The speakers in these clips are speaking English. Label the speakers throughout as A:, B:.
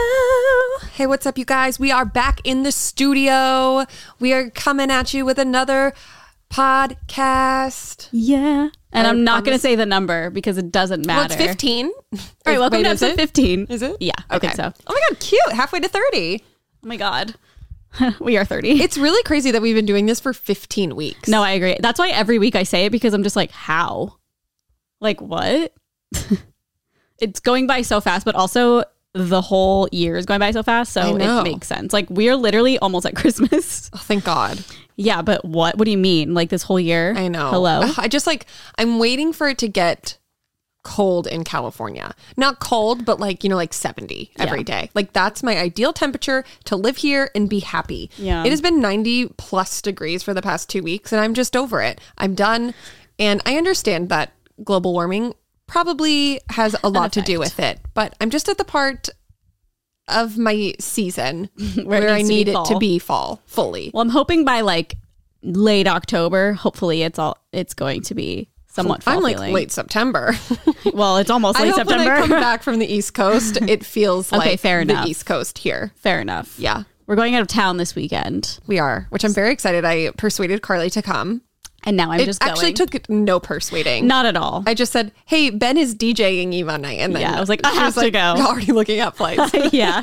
A: Hello. Hey, what's up, you guys? We are back in the studio. We are coming at you with another podcast.
B: Yeah. And I'm
A: I'm
B: not going to
A: just-
B: say the number because it doesn't matter.
A: Well, it's 15. All
B: All right, welcome to episode 15.
A: Is it?
B: Yeah. Okay. So,
A: Oh my God, cute. Halfway to 30.
B: oh my God. we are 30.
A: It's really crazy that we've been doing this for 15 weeks.
B: no, I agree. That's why every week I say it because I'm just like, how? Like, what? it's going by so fast, but also the whole year is going by so fast.
A: I
B: So
A: know.
B: it makes sense. Like, we are literally almost at Christmas.
A: Oh, thank God.
B: yeah. But what? What do you mean? Like, this whole year?
A: I know.
B: Hello?
A: Ugh, I just like, I'm waiting for it to get cold in California. Not cold, but like, you know, like 70 every day. Like, that's my ideal temperature to live here and be happy.
B: Yeah.
A: It has been 90 plus degrees for the past two weeks, and I'm just over it. I'm done. And I understand that global warming probably has a lot to do with it, but I'm just at the part of my season where,
B: it
A: I
B: needs to be
A: need it to
B: fall.
A: be fall fully.
B: Well, I'm hoping by like late October, hopefully it's all it's going to be somewhat fall
A: I'm like
B: feeling.
A: late September.
B: Well, it's almost
A: I
B: late
A: hope when I come
B: September.
A: back from the East Coast, it feels
B: Okay,
A: like
B: fair
A: the
B: enough.
A: East Coast here.
B: Fair enough.
A: Yeah,
B: We're going out of town this weekend.
A: we are, which I'm very excited. I persuaded Carly to come.
B: And now I'm
A: It
B: just
A: actually
B: going.
A: took no persuading.
B: Not at all.
A: I just said, "Hey, Ben is DJing Eva night," and then
B: Yeah, I was like, I
A: she
B: have to
A: like,
B: go.
A: Already looking at flights.
B: yeah.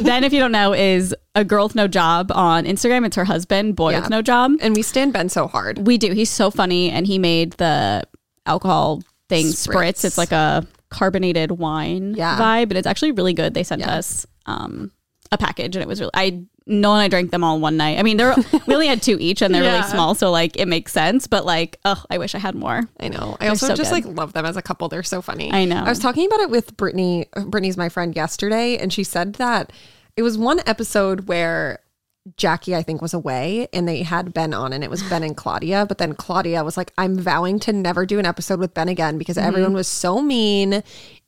B: then if you don't know is a girl with no job on Instagram. It's her husband, boy
A: Yeah.
B: with no job.
A: and we stand Ben so hard.
B: We do. He's so funny and he made the alcohol thing spritz.
A: Spritz.
B: It's like a carbonated wine
A: Yeah.
B: vibe, and it's actually really good. They sent
A: Yeah.
B: us um a package and it was really I Noel and I drank them all one night. I mean, they're we only had two each and they're
A: Yeah.
B: really small, so like it makes sense, but like, oh, I wish I had more.
A: I know. I also
B: so
A: just
B: good.
A: like love them as a couple. They're so funny.
B: I know.
A: I was talking about it with Brittany. Brittany's my friend yesterday, and she said that it was one episode where Jackie, I think, was away and they had Ben on, and it was Ben and Claudia. But then Claudia was like, I'm vowing to never do an episode with Ben again because
B: Mm-hmm.
A: everyone was so mean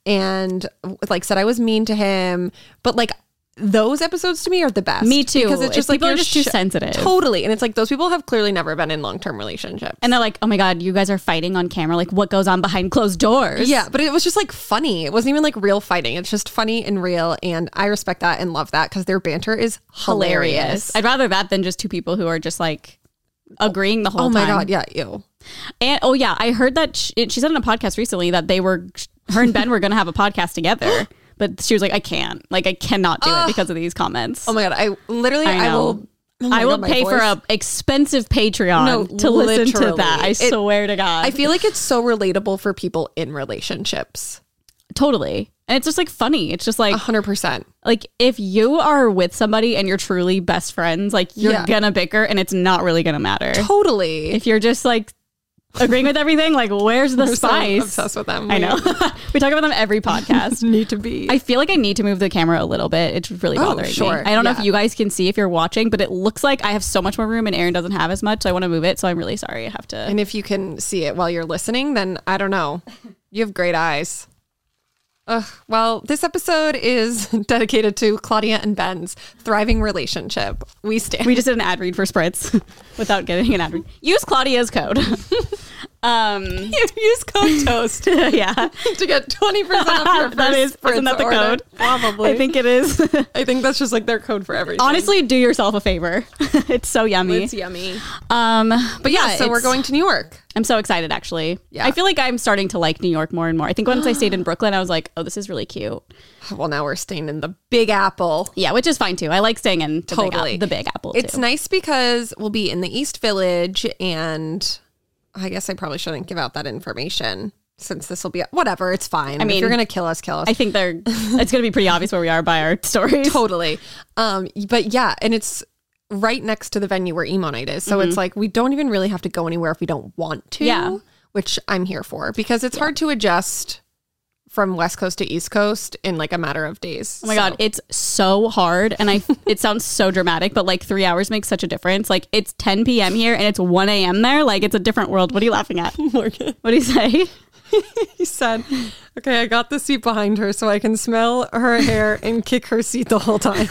A: and like said I was mean to him. But like, those episodes to me are the best.
B: Me too.
A: Because it's just like
B: people
A: you're
B: are just too
A: sh-
B: sensitive.
A: Totally. And it's like those people have clearly never been in long term relationships.
B: and they're like, oh my God, you guys are fighting on camera. Like, what goes on behind closed doors?
A: Yeah, but it was just like funny. It wasn't even like real fighting. It's just funny and real. And I respect that and love that because their banter is hilarious.
B: Hilarious. I'd rather that than just two people who are just like agreeing the whole
A: Oh
B: time.
A: my God. Yeah, ew.
B: And oh yeah, I heard that she, it- she said on a podcast recently that they were her and Ben were going to have a podcast together, but she was like, I can't, like I cannot do it because of these comments.
A: Oh my God. I literally, I,
B: I know.
A: will. oh my
B: I will
A: God, my
B: pay for
A: voice.
B: a expensive Patreon
A: No,
B: to listen to that. I
A: literally. It-
B: swear to God,
A: I feel like it's so relatable for people in relationships.
B: totally. And it's just like funny. It's just like
A: 100%.
B: like if you are with somebody and you're truly best friends, like you're
A: Yeah.
B: gonna bicker, and it's not really gonna matter
A: Totally.
B: if you're just like agreeing with everything. Like where's the
A: I'm so
B: spice?
A: obsessed with them.
B: I know. we talk about them every podcast.
A: Need to be.
B: I feel like I need to move the camera a little bit. It's really bothering
A: Oh, sure.
B: me. I don't know
A: Yeah.
B: if you guys can see if you're watching, but it looks like I have so much more room and Aaron doesn't have as much. So I want to move it. So I'm really sorry. I have to.
A: and if you can see it while you're listening, then I don't know. You have great eyes. Ugh, well, this episode is dedicated to Claudia and Ben's thriving relationship. We stand.
B: We just did an ad read for Spritz without getting an ad read. Use Claudia's code. um,
A: use code toast
B: yeah.
A: to get 20% off your first
B: That is, isn't that the
A: order.
B: code?
A: Probably.
B: I think it is.
A: I think that's just like their code for everything.
B: Honestly, do yourself a favor. it's so yummy.
A: it's yummy.
B: Um, but yeah,
A: so we're
B: it's-
A: going to New York.
B: I'm so excited actually.
A: Yeah.
B: I feel like I'm starting to like New York more and more. I think once I stayed in Brooklyn, I was like, oh, this is really cute.
A: Well, now we're staying in the Big Apple.
B: Yeah, which is fine too. I like staying in the,
A: Totally.
B: big, App- the big Apple.
A: It's
B: too.
A: nice because we'll be in the East Village, and I guess I probably shouldn't give out that information since this will be whatever. It's fine. I mean, if
B: mean,
A: you're gonna kill us, kill us.
B: I think they're. it's going to be pretty obvious where we are by our stories.
A: totally. Um, but yeah, and it's right next to the venue where emo night is, so it's like we don't even really have to go anywhere if we don't want to.
B: Yeah.
A: which I'm here for because it's hard to adjust from West Coast to East Coast in like a matter of days.
B: Oh my god, it's so hard, and I. it sounds so dramatic, but like three hours makes such a difference. Like it's 10 p.m. here and it's 1 a.m. there. Like it's a different world. What are you laughing at?
A: Morgan.
B: What do you say?
A: He said, Okay, I got the seat behind her so I can smell her hair and kick her seat the whole time.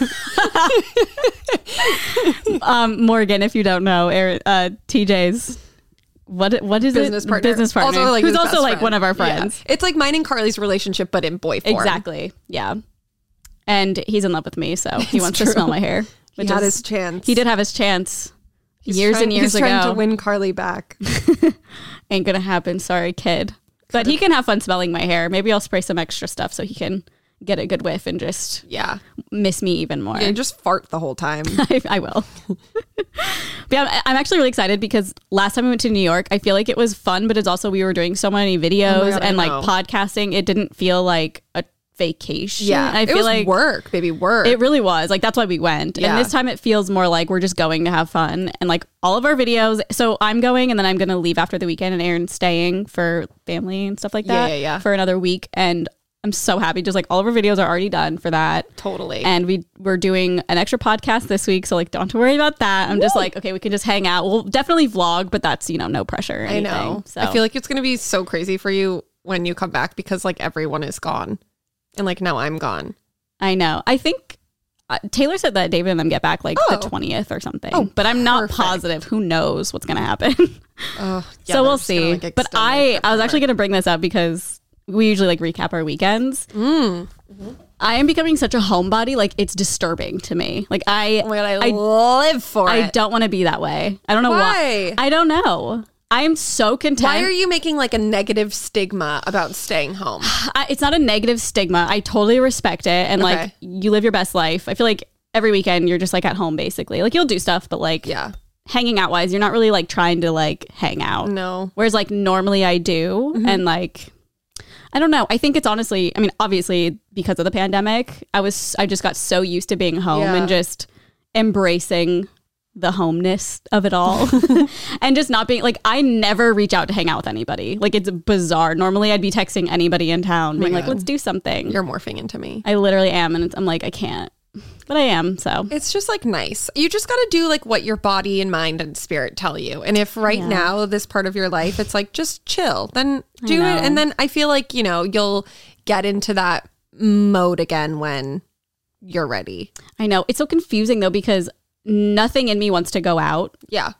B: Um, Morgan, if you don't know, Aaron, uh, TJ's. What what is
A: Business
B: it?
A: partner.
B: Business partner.
A: Also, like,
B: who's
A: his
B: also
A: best
B: like
A: friend.
B: one of our
A: Yeah.
B: friends.
A: It's like mine and Carly's relationship, but in boy form.
B: Exactly. Yeah. and he's in love with me, so he
A: It's
B: wants
A: true.
B: to smell my hair.
A: He
B: which
A: had
B: is-
A: his chance.
B: he did have his chance
A: He's
B: years
A: trying-
B: and years
A: he's trying
B: ago.
A: to win Carly back.
B: Ain't gonna happen. Sorry, kid. But he can have fun smelling my hair. Maybe I'll spray some extra stuff so he can get a good whiff and just
A: yeah.
B: miss me even more.
A: And just fart the whole time.
B: I, I will. but yeah, I'm, I'm actually really excited because last time we went to New York, I feel like it was fun, but it's also we were doing so many videos
A: Oh God, I
B: and like
A: know.
B: podcasting. It didn't feel like a vacation. I
A: it
B: feel
A: was
B: like
A: work, baby, work.
B: it really was. Like that's why we went.
A: Yeah.
B: And this time it feels more like we're just going to have fun and like all of our videos. So I'm going and then I'm going to leave after the weekend and Aaron's staying for family and stuff like
A: Yeah,
B: that
A: yeah, yeah.
B: for another week and I'm so happy just like all of our videos are already done for that.
A: totally.
B: And we we're doing an extra podcast this week, so like don't have to worry about that. I'm just like, okay, we can just hang out. We'll definitely vlog, but that's you know no pressure. Or
A: I
B: anything.
A: know.
B: So
A: I feel like it's going to be so crazy for you when you come back because like everyone is gone. And like now I'm gone.
B: I know. I think uh, Taylor said that David and them get back like the
A: Oh.
B: 20th or something, but I'm not
A: perfect.
B: positive. Who knows what's gonna happen?
A: Ugh, yeah,
B: so
A: they're
B: we'll
A: just gonna,
B: see.
A: like, extend
B: but
A: it
B: I I was
A: forever.
B: actually gonna bring this up because we usually like recap our weekends.
A: Mm.
B: I am becoming such a homebody. Like it's disturbing to me. Like I
A: Oh my God, I,
B: I
A: live for
B: I
A: it.
B: don't want to be that way. I don't know why.
A: Why?
B: I don't know. I am so content.
A: Why are you making like a negative stigma about staying home?
B: I, it's not a negative stigma. I totally respect it. And like,
A: Okay.
B: you live your best life. I feel like every weekend you're just like at home basically. Like, you'll do stuff, but like,
A: yeah.
B: hanging out wise, you're not really like trying to like hang out.
A: No.
B: Whereas like, normally I do. And like, I don't know. I think it's honestly, I mean, obviously because of the pandemic, I was, I just got so used to being home
A: Yeah.
B: and just embracing the homeness of it all and just not being like I never reach out to hang out with anybody. Like it's bizarre. Normally I'd be texting anybody in town being like
A: God.
B: let's do something.
A: You're morphing into me.
B: I literally am and it's, I'm like I can't. But I am, so.
A: It's just like nice. You just got to do like what your body and mind and spirit tell you. And if right now this part of your life it's like just chill, then do it
B: know.
A: and then I feel like, you know, you'll get into that mode again when you're ready.
B: I know. It's so confusing though because nothing in me wants to go out,
A: Yeah.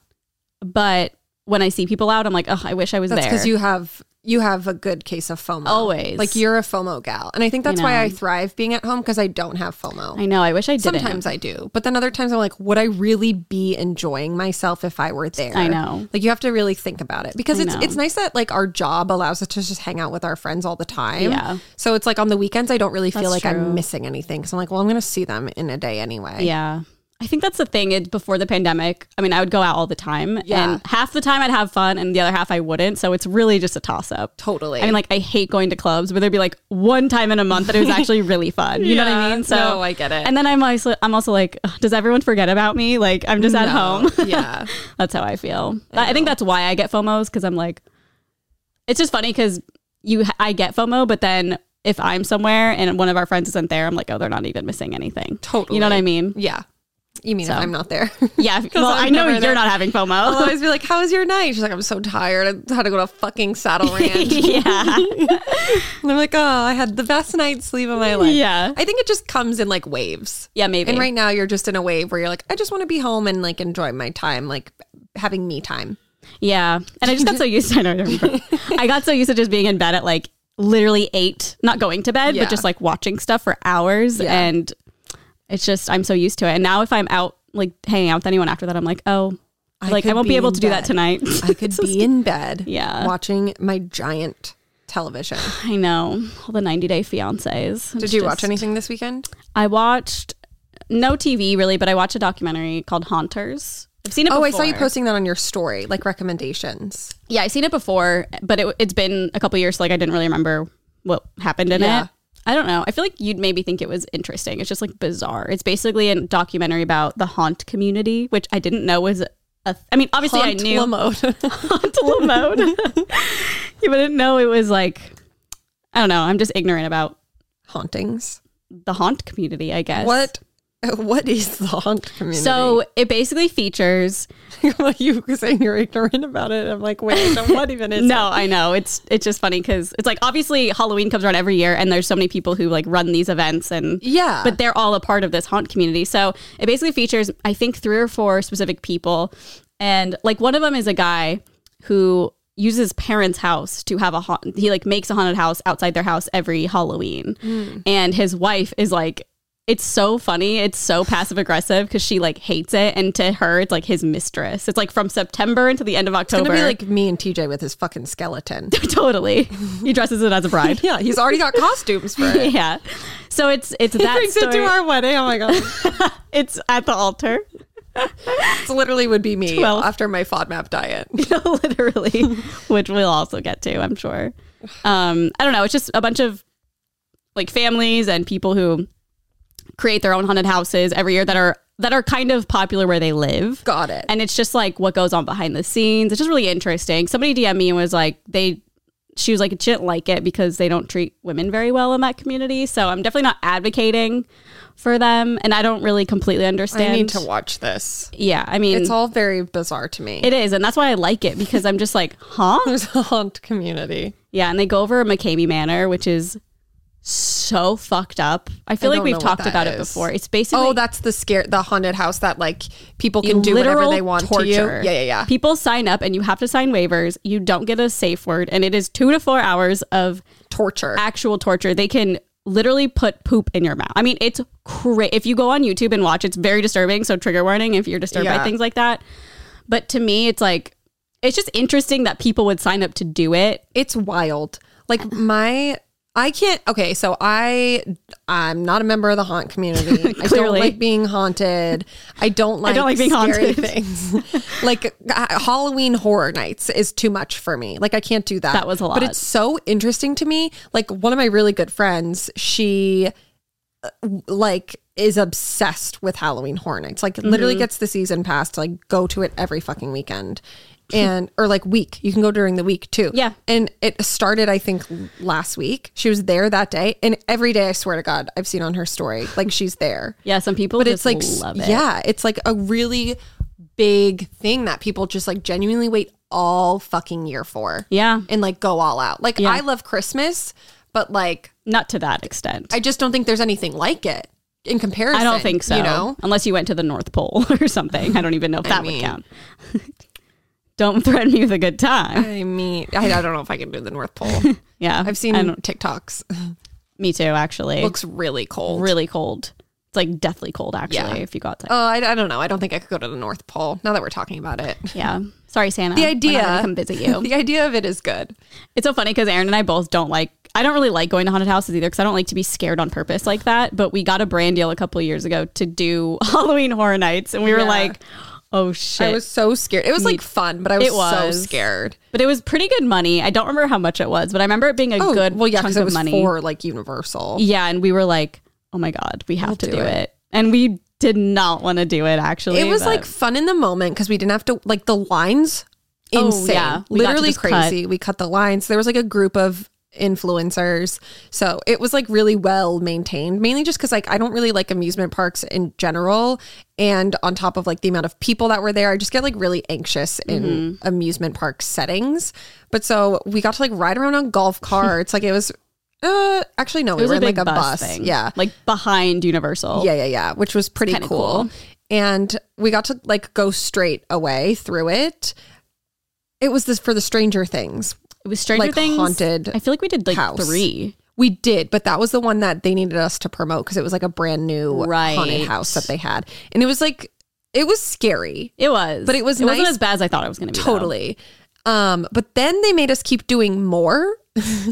B: but when I see people out I'm like, "Oh, I wish I was
A: That's
B: there."
A: cuz you have you have a good case of FOMO.
B: Always.
A: Like you're a FOMO gal. And I think that's
B: know.
A: why I thrive being at home cuz I don't have FOMO.
B: I know. I wish I didn't.
A: Sometimes I do, but then other times I'm like, would I really be enjoying myself if I were there?
B: I know.
A: Like you have to really think about it because
B: I
A: it's
B: know.
A: it's nice that like our job allows us to just hang out with our friends all the time.
B: Yeah.
A: So it's like on the weekends I don't really feel
B: That's
A: like
B: true.
A: I'm missing anything because I'm like, well, I'm gonna see them in a day anyway.
B: Yeah. I think that's the thing. It, before the pandemic, I mean, I would go out all the time.
A: Yeah.
B: And half the time I'd have fun and the other half I wouldn't. So it's really just a toss up.
A: Totally.
B: I mean, like, I hate going to clubs, but there'd be like one time in a month that it was actually really fun. You know what I
A: Yeah.
B: mean? So
A: No, I get it.
B: And then I'm also, I'm also like, "Ugh, does everyone forget about me? Like, I'm just at home.
A: yeah.
B: that's how I feel. I, I think that's why I get FOMOs because I'm like, it's just funny because you, I get FOMO, but then if I'm somewhere and one of our friends isn't there, I'm like, oh, they're not even missing anything.
A: Totally.
B: You know what I mean?
A: Yeah. You mean
B: So.
A: if I'm not there?
B: Yeah, if- well,
A: I'm
B: I know
A: never
B: you're
A: there.
B: not having
A: I'll
B: FOMO.
A: always be like, "How was your night?" She's like, "I'm so tired. I had to go to fucking Saddle Ranch."
B: yeah,
A: and I'm like, "Oh, I had the best night's sleep of my life."
B: yeah,
A: I think it just comes in like waves.
B: yeah. Maybe.
A: And right now you're just in a wave where you're like, I just want to be home and like enjoy my time, like having me time.
B: yeah, and I just got so used. To, I know. I remember. I got so used to just being in bed at like literally eight, not going to bed,
A: Yeah.
B: but just like watching stuff for hours,
A: Yeah.
B: and it's just I'm so used to it. And now if I'm out like hanging out with anyone after that, I'm like, oh,
A: I
B: like I
A: could
B: won't be,
A: be
B: able
A: in
B: to do that
A: bed.
B: tonight.
A: I could be in bed,
B: Yeah.
A: watching my giant television.
B: I know all the 90 Day Fiancés.
A: Did you watch anything this weekend?
B: I watched no TV really, but I watched a documentary called Haunters. I've seen it.
A: Oh, I saw you
B: before.
A: posting that on your story, like recommendations.
B: Yeah, I've seen it before, but it, it's been a couple years, so like I didn't really remember what happened in
A: Yeah.
B: it. I don't know. I feel like you'd maybe think it was interesting. It's just like bizarre. It's basically a documentary about the haunt community, which I didn't know was a. I mean, obviously
A: Haunt
B: I knew
A: Lamode.
B: haunt Lamode. yeah, but I didn't know it was like. I don't know. I'm just ignorant about
A: hauntings.
B: the haunt community. I guess
A: What? What is the haunt community?
B: So it basically features
A: you were saying you're ignorant about it. I'm like, wait, so what even is?
B: no, I know. It's it's just funny because it's like obviously Halloween comes around every year, and there's so many people who like run these events, and
A: Yeah.
B: but they're all a part of this haunt community. So it basically features, I think, three or four specific people, and like one of them is a guy who uses his parents' house to have a
A: Hmm.
B: haunt. He like makes a haunted house outside their house every Halloween, and his wife is like it's so funny. It's so passive aggressive because she like hates it, and to her, it's like his mistress. It's like from September until the end of
A: It's
B: October.
A: gonna be like me and TJ with his fucking skeleton.
B: totally, he dresses it as a bride.
A: yeah, he's already got costumes for it.
B: yeah. So it's it's that
A: Brings it to
B: story.
A: our wedding. Oh my god,
B: it's at the altar.
A: it literally would be me
B: Twelve.
A: after my FODMAP diet.
B: No, literally, which we'll also get to, I'm sure. Um, I don't know. It's just a bunch of like families and people who create their own haunted houses every year that are that are kind of popular where they live.
A: Got it.
B: And it's just like what goes on behind the scenes. It's just really interesting. Somebody DM me and was like, they, she was like, she didn't like it because they don't treat women very well in that community. So I'm definitely not advocating for them, and I don't really completely understand.
A: I need to watch this.
B: yeah, I mean,
A: It's all very bizarre to me.
B: it is, and that's why I like it because I'm just like, huh?
A: There's a haunt community.
B: Yeah, and they go over McCamey Manor, which is so fucked up. I
A: I
B: feel like
A: don't
B: we've
A: know what
B: talked
A: that
B: about it
A: is.
B: before. It's basically
A: Oh, that's the scare the haunted house that like people can do
B: literal
A: whatever they want
B: torture.
A: to you. Yeah, yeah, yeah.
B: People sign up and you have to sign waivers. You don't get a safe word, and it is two to four hours of
A: torture.
B: actual torture. They can literally put poop in your mouth. I mean, it's cra If you go on YouTube and watch, it's very disturbing. So trigger warning if you're disturbed by
A: Yeah.
B: things like that. But to me, it's like it's just interesting that people would sign up to do it.
A: it's wild. Like my I can't okay, so I I'm not a member of the haunt community. I don't
B: Clearly.
A: like being haunted. I don't like,
B: don't like being
A: scary
B: haunted.
A: things. like uh, Halloween horror nights is too much for me. Like I can't do that.
B: That was a lot.
A: But it's so interesting to me. Like one of my really good friends, she like is obsessed with Halloween Horror Nights. Like
B: Mm-hmm.
A: literally gets the season pass to like go to it every fucking weekend. And or like week. You can go during the week too.
B: Yeah.
A: And it started I think last week. She was there that day and every day I swear to god I've seen on her story like she's there.
B: Yeah, some people
A: But
B: just
A: it's like
B: love it.
A: yeah, it's like a really big thing that people just like genuinely wait all fucking year for.
B: Yeah.
A: And like go all out. Like
B: Yeah.
A: I love Christmas, but like
B: Not to that extent.
A: I just don't think there's anything like it in comparison.
B: I don't think so.
A: You know,
B: unless you went to the North Pole or something. I don't even know if that would
A: mean-
B: count. don't threaten me with a good time.
A: I mean, I, I don't know if I can do the North Pole.
B: Yeah,
A: I've seen
B: I don't-
A: TikToks.
B: me too. Actually,
A: Looks really cold.
B: really cold. It's like deathly cold. Actually,
A: Yeah.
B: if you got that.
A: Oh, I, I don't know. I don't think I could go to the North Pole. Now that we're talking about it,
B: Yeah. Sorry, Santa.
A: the
B: We're not
A: idea
B: gonna come visit you.
A: The idea of it is good.
B: It's so funny because Aaron and I both don't like. I don't really like going to haunted houses either because I don't like to be scared on purpose like that. But we got a brand deal a couple of years ago to do Halloween Horror Nights, and we were
A: Yeah.
B: like, "Oh shit!"
A: I was so scared. It was like fun, but I was,
B: It was.
A: so scared.
B: But it was pretty good money. I don't remember how much it was, but I remember it being a
A: Oh,
B: good
A: Well, yeah,
B: chunk
A: because it
B: of
A: was
B: money.
A: for like Universal.
B: yeah, and we were like, "Oh my god, we have to do,
A: do
B: it.
A: it.
B: And we did not want to do it actually.
A: It was
B: but-
A: like fun in the moment because we didn't have to like the lines
B: Oh,
A: insane.
B: yeah. We got to
A: Literally
B: just cut.
A: crazy. We cut the lines. There was like a group of influencers. So it was like really well maintained, mainly just because like I don't really like amusement parks in general. And on top of like the amount of people that were there, I just get like really anxious in
B: Mm-hmm.
A: amusement park settings. But so we got to like ride around on golf carts. like it was uh actually no,
B: it was
A: we
B: a
A: were in
B: big
A: like a bus.
B: bus, thing.
A: Yeah.
B: like behind Universal.
A: Yeah, yeah, yeah, which was pretty
B: Oh. kinda
A: cool.
B: cool.
A: And we got to like go straight away through it. It was this for the Stranger Things.
B: it was Stranger
A: Like
B: Things.
A: haunted
B: I feel like we did like
A: house.
B: three.
A: We did, but that was the one that they needed us to promote because it was like a brand new
B: Right.
A: haunted house that they had. And it was like it was scary.
B: It was,
A: But it was
B: wasn't
A: nice-
B: as bad as I thought it was going to be. though.
A: Totally. Um, but then they made us keep doing more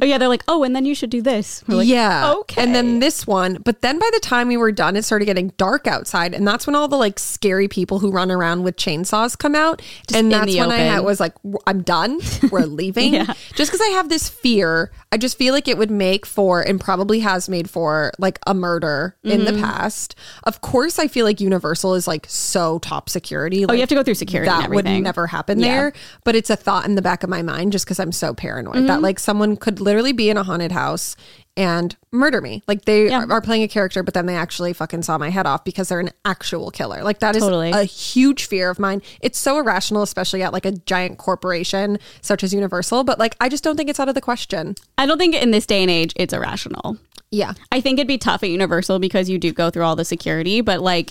B: Oh yeah, they're like, oh, and then you should do this. We're like,
A: yeah.
B: okay.
A: And then this one, but then by the time we were done, it started getting dark outside, and that's when all the like scary people who run around with chainsaws come out, and
B: in
A: that's
B: the
A: when I
B: open.
A: had- was like, "W- I'm done. We're leaving. Just because I have this fear, I just feel like it would make for and probably has made for like a murder in
B: Mm-hmm.
A: the past. Of course, I feel like Universal is like so top security.
B: oh,
A: Like,
B: you have to go through security. and
A: that would
B: everything.
A: never happen there. But it's a thought in the back of my mind just because I'm so paranoid
B: Mm-hmm.
A: that like someone could literally be in a haunted house and murder me. Like they
B: Yeah.
A: are playing a character, but then they actually fucking saw my head off because they're an actual killer. Like that is
B: Totally.
A: a huge fear of mine. It's so irrational, especially at like a giant corporation such as Universal. But like I just don't think it's out of the question.
B: I don't think in this day and age it's irrational.
A: Yeah.
B: I think it'd be tough at Universal because you do go through all the security, but like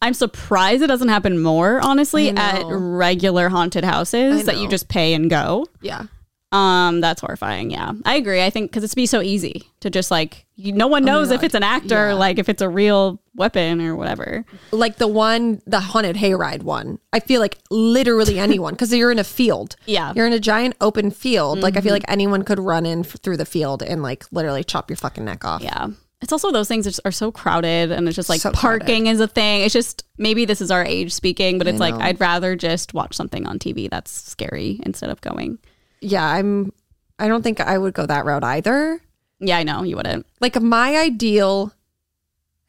B: I'm surprised it doesn't happen more, honestly, at regular haunted houses that you just pay and go.
A: Yeah.
B: Um, that's horrifying. Yeah, I agree. I think because it's be so easy to just like you, no one knows if
A: Oh God.
B: it's an actor,
A: Yeah.
B: like if it's a real weapon or whatever.
A: Like the one, the haunted hayride one. I feel like literally anyone, because you're in a field.
B: Yeah. Mm-hmm.
A: You're in a giant open field. Like I feel like anyone could run in f- through the field and like literally chop your fucking neck off.
B: Yeah. It's also those things that just are so crowded and it's just like
A: So
B: parking is a thing. It's just maybe this is our age speaking, but it's like
A: know.
B: I'd rather just watch something on TV that's scary instead of going.
A: Yeah. I'm, I don't think I would go that route either.
B: Yeah, I know you wouldn't.
A: Like my ideal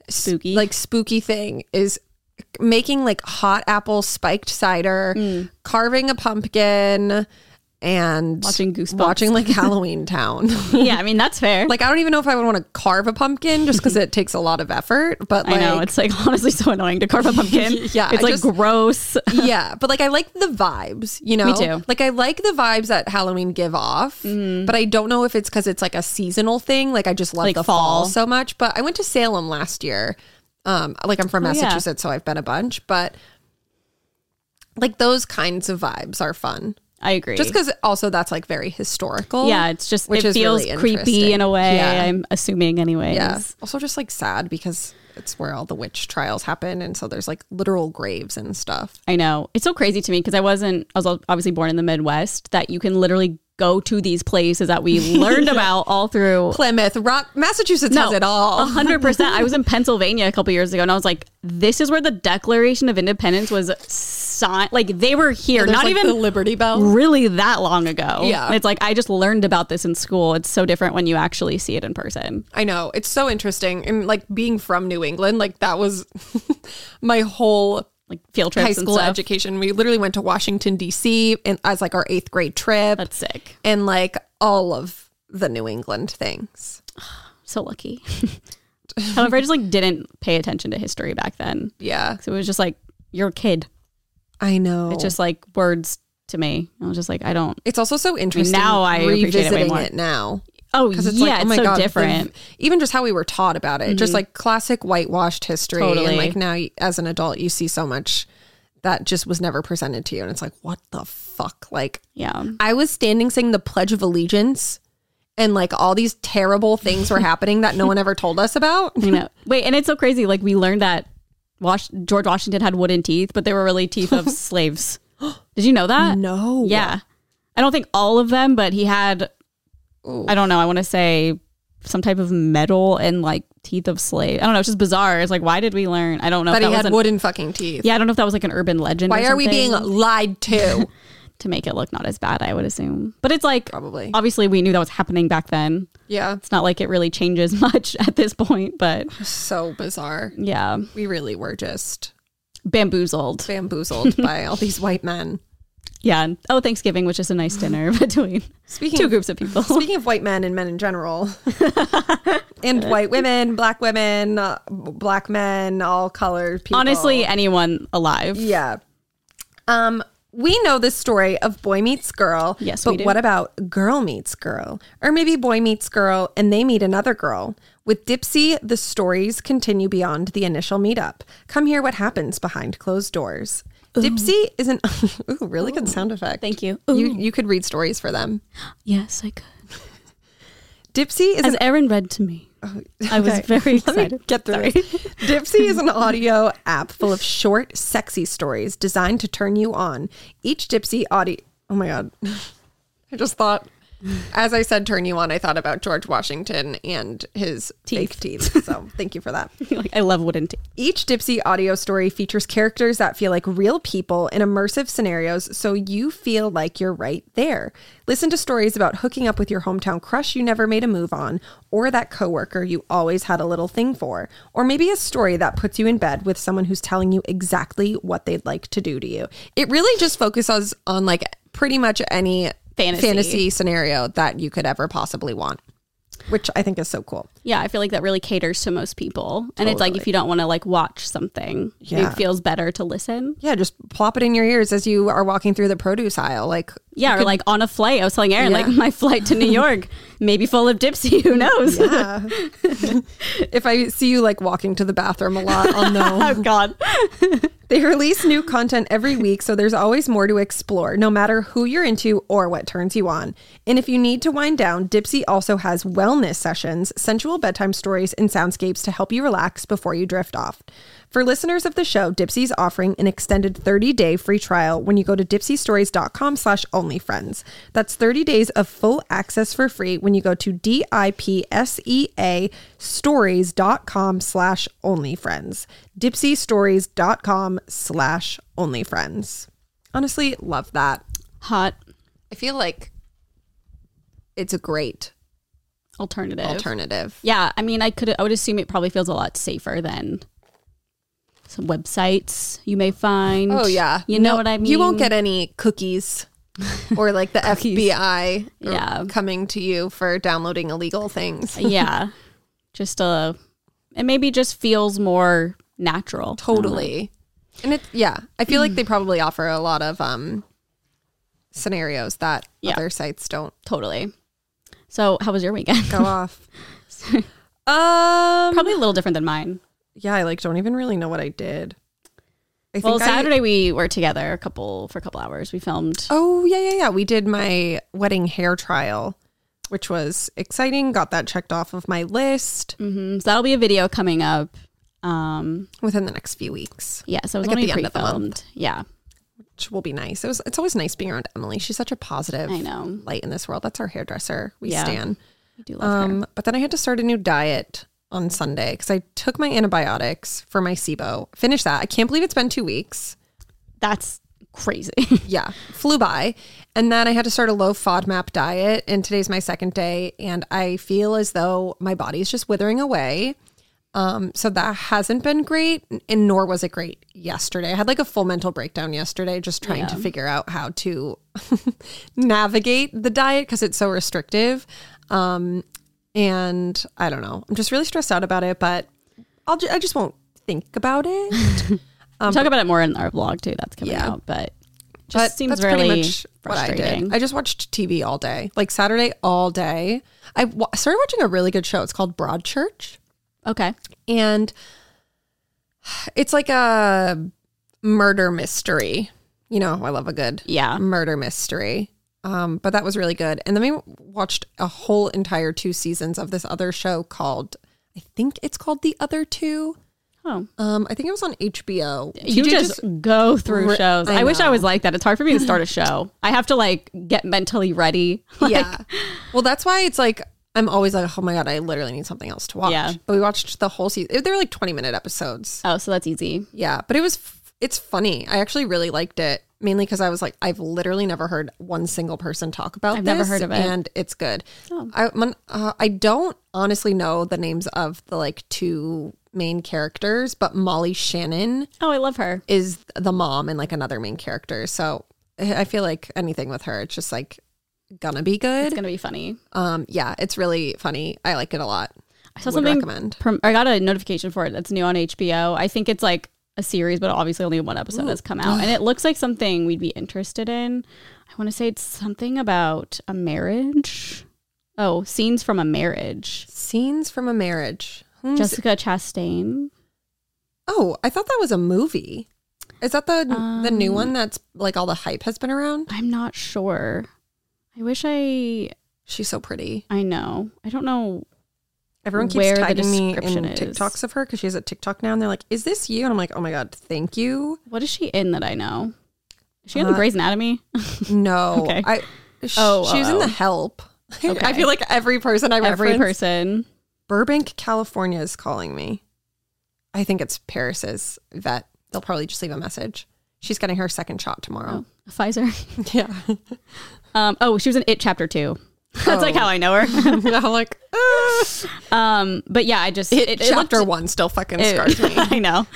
A: s-
B: Spooky.
A: like spooky thing is making like hot apple spiked cider,
B: Mm.
A: carving a pumpkin and
B: Watching Goosebumps.
A: watching like Halloween Town.
B: yeah, I mean that's fair.
A: Like I don't even know if I would want to carve a pumpkin just because it takes a lot of effort. But
B: I
A: like,
B: know it's like honestly so annoying to carve a pumpkin.
A: Yeah,
B: it's
A: I
B: like
A: just-
B: gross.
A: yeah, but like I like the vibes, you know.
B: too. Mm-hmm.
A: Like I like the vibes that Halloween give off, but I don't know if it's because it's like a seasonal thing. Like I just love
B: Like
A: the fall.
B: fall.
A: so much. But I went to Salem last year. Um, like I'm from
B: Oh, yeah.
A: Massachusetts, so I've been a bunch. But like those kinds of vibes are fun,
B: I agree.
A: just because also that's like very historical.
B: yeah, it's just
A: which
B: it
A: is
B: feels
A: really
B: creepy
A: interesting.
B: in a way.
A: Yeah.
B: I'm assuming, anyways.
A: Yeah. Also, just like sad because it's where all the witch trials happen, and so there's like literal graves and stuff.
B: I know. It's so crazy to me because I wasn't, I was al- obviously born in the Midwest, that you can literally go to these places that we learned about all through.
A: Plymouth, Rock, Massachusetts has it all.
B: 100%. I was in Pennsylvania a couple years ago and I was like, this is where the Declaration of Independence was signed. Like, they were here,
A: There's,
B: not
A: like,
B: even
A: the Liberty Bell.
B: really that long ago.
A: Yeah.
B: And it's like, I just learned about this in school. It's so different when you actually see it in person.
A: I know. It's so interesting. And like being from New England, like that was my whole
B: Like, field trips
A: high
B: and
A: school
B: stuff.
A: education. We literally went to Washington DC and as like our 8th grade trip
B: That's sick.
A: and like all of the New England things.
B: So lucky. However, I just like didn't pay attention to history back then.
A: Yeah.
B: So it was just like, you're a kid.
A: I know.
B: It's just like words to me. I was just like, I don't.
A: it's also so interesting
B: now I appreciate it way
A: revisiting it,
B: more.
A: now.
B: Oh,
A: Because it's
B: yeah,
A: like, oh
B: it's
A: my
B: so
A: God. the-
B: different. Mm-hmm.
A: even just how we were taught about it, just like classic whitewashed history. And
B: Totally.
A: like now you- as an adult, you see so much that just was never presented to you. And it's like, what the fuck? Like,
B: yeah,
A: I was standing saying the Pledge of Allegiance and like all these terrible things were happening that no one ever told us about.
B: you know. Wait, and it's so crazy. Like we learned that Wash- George Washington had wooden teeth, but they were really teeth of slaves. Did you know that?
A: No.
B: Yeah, I don't think all of them, but he had. I don't know. I want to say some type of metal and like teeth of slave. I don't know. It's just bizarre. It's like why did we learn? I don't know.
A: That
B: if
A: he
B: that was
A: had
B: an,
A: wooden fucking teeth.
B: yeah, I don't know if that was like an urban legend.
A: Why
B: or
A: are we being
B: something.
A: lied to?
B: to make it look not as bad? I would assume, but it's like
A: Probably.
B: obviously we knew that was happening back then.
A: Yeah.
B: It's not like it really changes much at this point, but
A: So bizarre.
B: yeah,
A: We really were just
B: bamboozled.
A: bamboozled by all these white men.
B: Yeah. and- Oh, Thanksgiving was just a nice dinner between
A: Speaking
B: two
A: of,
B: groups of people.
A: Speaking of white men and men in general, and white women, black women, uh, black men, all colored people.
B: Honestly, anyone alive.
A: Yeah. Um, we know this story of boy meets girl.
B: Yes,
A: but
B: we do.
A: what about girl meets girl, or maybe boy meets girl and they meet another girl? With Dipsy, the stories continue beyond the initial meetup. Come hear what happens behind closed doors. Dipsy is an ooh, really good sound effect.
B: Thank you.
A: You you could read stories for them.
B: Yes, I could.
A: Dipsy is
B: As
A: an
B: Erin read to me, I was very
A: Oh, Let
B: excited.
A: me get through
B: Sorry.
A: it. Dipsy is an audio app full of short, sexy stories designed to turn you on. Each Dipsy audio. Oh my God. I just thought, as I said, turn you on, I thought about George Washington and his fake teeth. So thank you for that.
B: like, I love wooden teeth.
A: Each Dipsy audio story features characters that feel like real people in immersive scenarios, so you feel like you're right there. Listen to stories about hooking up with your hometown crush you never made a move on, or that coworker you always had a little thing for, or maybe a story that puts you in bed with someone who's telling you exactly what they'd like to do to you. It really just focuses on like pretty much any
B: Fantasy.
A: fantasy scenario that you could ever possibly want, which I think is so cool.
B: Yeah, I feel like that really caters to most people. And it's like if you don't want to like watch something,
A: Yeah.
B: it feels better to listen.
A: Yeah, just plop it in your ears as you are walking through the produce aisle. Like
B: yeah, or like on a flight. I was telling Aaron,
A: Yeah.
B: like my flight to New York, maybe full of dipsy. Who knows?
A: Yeah. if I see you like walking to the bathroom a lot, I'll know.
B: Oh God.
A: they release new content every week, so there's always more to explore, no matter who you're into or what turns you on. And if you need to wind down, Dipsy also has wellness sessions, sensual bedtime stories, and soundscapes to help you relax before you drift off. For listeners of the show, Dipsy's offering an extended 30-day free trial when you go to dipsystories.com slash onlyfriends. That's 30 days of full access for free when you go to D-I-P-S-E-A E stories.com slash onlyfriends. Dipsystories.com slash onlyfriends. Honestly, love that.
B: Hot
A: I feel like it's a great
B: alternative.
A: alternative.
B: yeah, I mean, I could. I would assume it probably feels a lot safer than some websites you may find.
A: Oh yeah,
B: you know
A: No-
B: what I mean.
A: You won't get any cookies or like the FBI or
B: Yeah.
A: coming to you for downloading illegal things.
B: yeah, just a. It maybe just feels more natural.
A: Totally. Mm-hmm. And it's yeah, I feel like they probably offer a lot of um scenarios that
B: Yeah.
A: other sites don't
B: Totally. So, how was your weekend?
A: go off. um
B: probably a little different than mine.
A: yeah, I like don't even really know what I did. I
B: Well,
A: I-
B: Saturday we were together a couple for a couple hours. We filmed.
A: Oh, yeah, yeah, yeah. We did my wedding hair trial, which was exciting. Got that checked off of my list
B: hmm So that'll be a video coming up. Um,
A: within the next few weeks.
B: yeah, so it was
A: Like at
B: only
A: the end of the
B: pre-filmed. Yeah,
A: which will be nice. It was it's always nice being around Emily. She's such a positive
B: I know.
A: light in this world. That's our hairdresser. We
B: Yeah.
A: stand.
B: I do love her.
A: Um, but then I had to start a new diet on Sunday because I took my antibiotics for my SIBO. Finished that. I can't believe it's been two weeks.
B: That's crazy.
A: Yeah, flew by. And then I had to start a low FODMAP diet. And today's my second day. And I feel as though my body's just withering away. Um, so that hasn't been great. And nor was it great yesterday. I had like a full mental breakdown yesterday, just trying to figure out how to navigate the diet because it's so restrictive. Um, and I don't know. I'm just really stressed out about it, but I'll ju- I just won't think about it.
B: we'll talk about it more in our vlog too. That's coming
A: um, yeah.
B: out, but just
A: But
B: seems
A: that's
B: really
A: pretty much what I
B: frustrating.
A: did. I just watched TV all day, like Saturday all day. I wa- started watching a really good show. It's called Broadchurch,
B: okay,
A: and it's like a murder mystery. You know, I love a good
B: yeah,
A: murder mystery. Um, but that was really good. And then we watched a whole entire two seasons of this other show called, I think it's called The Other Two.
B: oh.
A: Um, I think it was on HBO. Did
B: You just, go through
A: Re-
B: shows.
A: I
B: I, wish I
A: know.
B: was like that. It's hard for me to start a show. I have to like get mentally ready. Like,
A: yeah. Well, that's why it's like I'm always like, oh my god, I literally need something else to watch.
B: Yeah.
A: But we watched the whole season. They were like 20 minute episodes.
B: Oh, so that's easy.
A: Yeah, but it was f- it's funny. I actually really liked it mainly because I was like, I've literally never heard one single person talk about.
B: I've never
A: this,
B: heard of it.
A: and it's good.
B: Oh.
A: I mon- uh, I don't honestly know the names of the like two main characters, but Molly Shannon
B: Oh, I love her.
A: is the mom and like another main character. So I I feel like anything with her, it's just like gonna be good.
B: It's gonna be funny.
A: Um, yeah, it's really funny. I like it a lot.
B: I saw
A: Would
B: something.
A: recommend.
B: prom- I got a notification for it that's new on HBO. I think it's like a series, but obviously only one episode has come out, and it looks like something we'd be interested in. I want to say it's something about a marriage. Oh, scenes from a marriage.
A: Scenes from a marriage. Hmm.
B: Jessica Chastain.
A: oh, I thought that was a movie. Is that the the new
B: Um,
A: one that's like all the hype has been around?
B: I'm not sure. I wish I.
A: She's so pretty.
B: I know. I don't know.
A: Everyone keeps
B: Where the
A: tagging me in
B: description is.
A: TikToks of her because she has a TikTok now, and they're like, "Is this you?" And I'm like, "Oh my god, thank you."
B: What is she in that I know? Is she in
A: Uh,
B: the Grey's Anatomy?
A: No,
B: Okay.
A: I. Sh-
B: Oh,
A: she was in
B: oh,
A: the
B: oh.
A: Help. I
B: Okay.
A: feel like every person I
B: Every
A: reference,
B: person.
A: Burbank, California is calling me. I think it's Paris's vet. They'll probably just leave a message. She's getting her second shot tomorrow.
B: Oh, Pfizer.
A: Yeah.
B: Um, oh, she was in It Chapter Two. That's like
A: Oh.
B: how I know her.
A: I'm like, "Ah."
B: Um, but yeah, I just it, it
A: chapter
B: looked-
A: one still fucking
B: it-
A: scars me.
B: I know.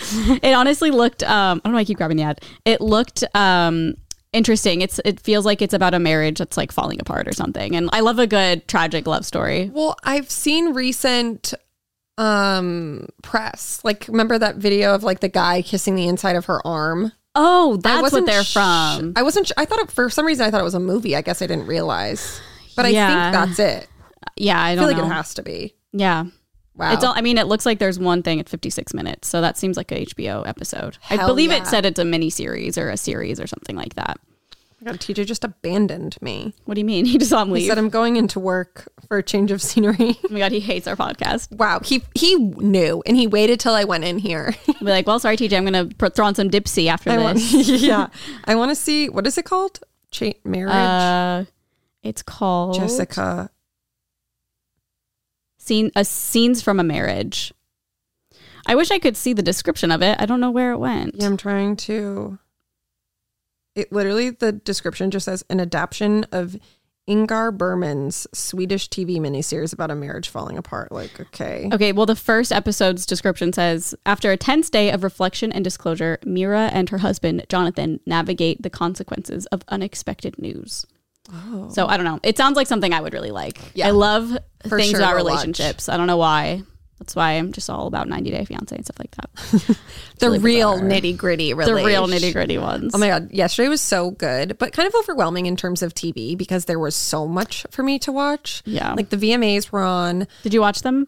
B: It honestly looked. Um, I don't know. Why I keep grabbing the ad. It looked um interesting. It's it feels like it's about a marriage that's like falling apart or something. And I love a good tragic love story.
A: Well, I've seen recent um press. Like remember that video of like the guy kissing the inside of her arm?
B: Oh,
A: I
B: that's what
A: wasn't
B: they're
A: sh-
B: from.
A: I wasn't. Sh- I thought it, for some reason I thought it was a movie. I guess I didn't realize. But
B: Yeah.
A: I think that's it.
B: yeah, I
A: I feel
B: don't
A: like
B: know.
A: it has to be.
B: yeah.
A: Wow.
B: It's all, I mean, it looks like there's one thing at 56 minutes, so that seems like a HBO episode. I
A: Hell
B: believe
A: yeah.
B: it said it's a mini series or a series or something like that.
A: God, TJ just abandoned me.
B: What do you mean? He just on
A: He
B: leave.
A: said I'm going into work for a change of scenery.
B: oh my god, he hates our podcast.
A: wow. He he knew and he waited till I went in here.
B: Be like, well, sorry, TJ, I'm gonna pr- throw on some Dipsy after
A: I want,
B: this.
A: yeah. I want to see what is it called? Cha- marriage.
B: Uh, it's called
A: Jessica.
B: Scene, a scenes from a marriage. I wish I could see the description of it. I don't know where it went.
A: Yeah, I'm trying to. It literally the description just says an adaptation of Ingar Berman's Swedish TV miniseries about a marriage falling apart. Like, okay.
B: Okay, well, the first episode's description says After a tense day of reflection and disclosure, Mira and her husband, Jonathan, navigate the consequences of unexpected news.
A: Oh.
B: So I don't know. It sounds like something I would really like.
A: Yeah.
B: I love
A: For
B: things
A: sure
B: about
A: to watch.
B: relationships. I don't know why. That's why I'm just all about 90 Day Fiance and stuff like that.
A: the
B: really
A: real
B: bizarre.
A: nitty gritty,
B: The real nitty gritty ones.
A: Oh my god, yesterday was so good, but kind of overwhelming in terms of TV because there was so much for me to watch.
B: Yeah.
A: Like the VMAs were on,
B: Did you watch them?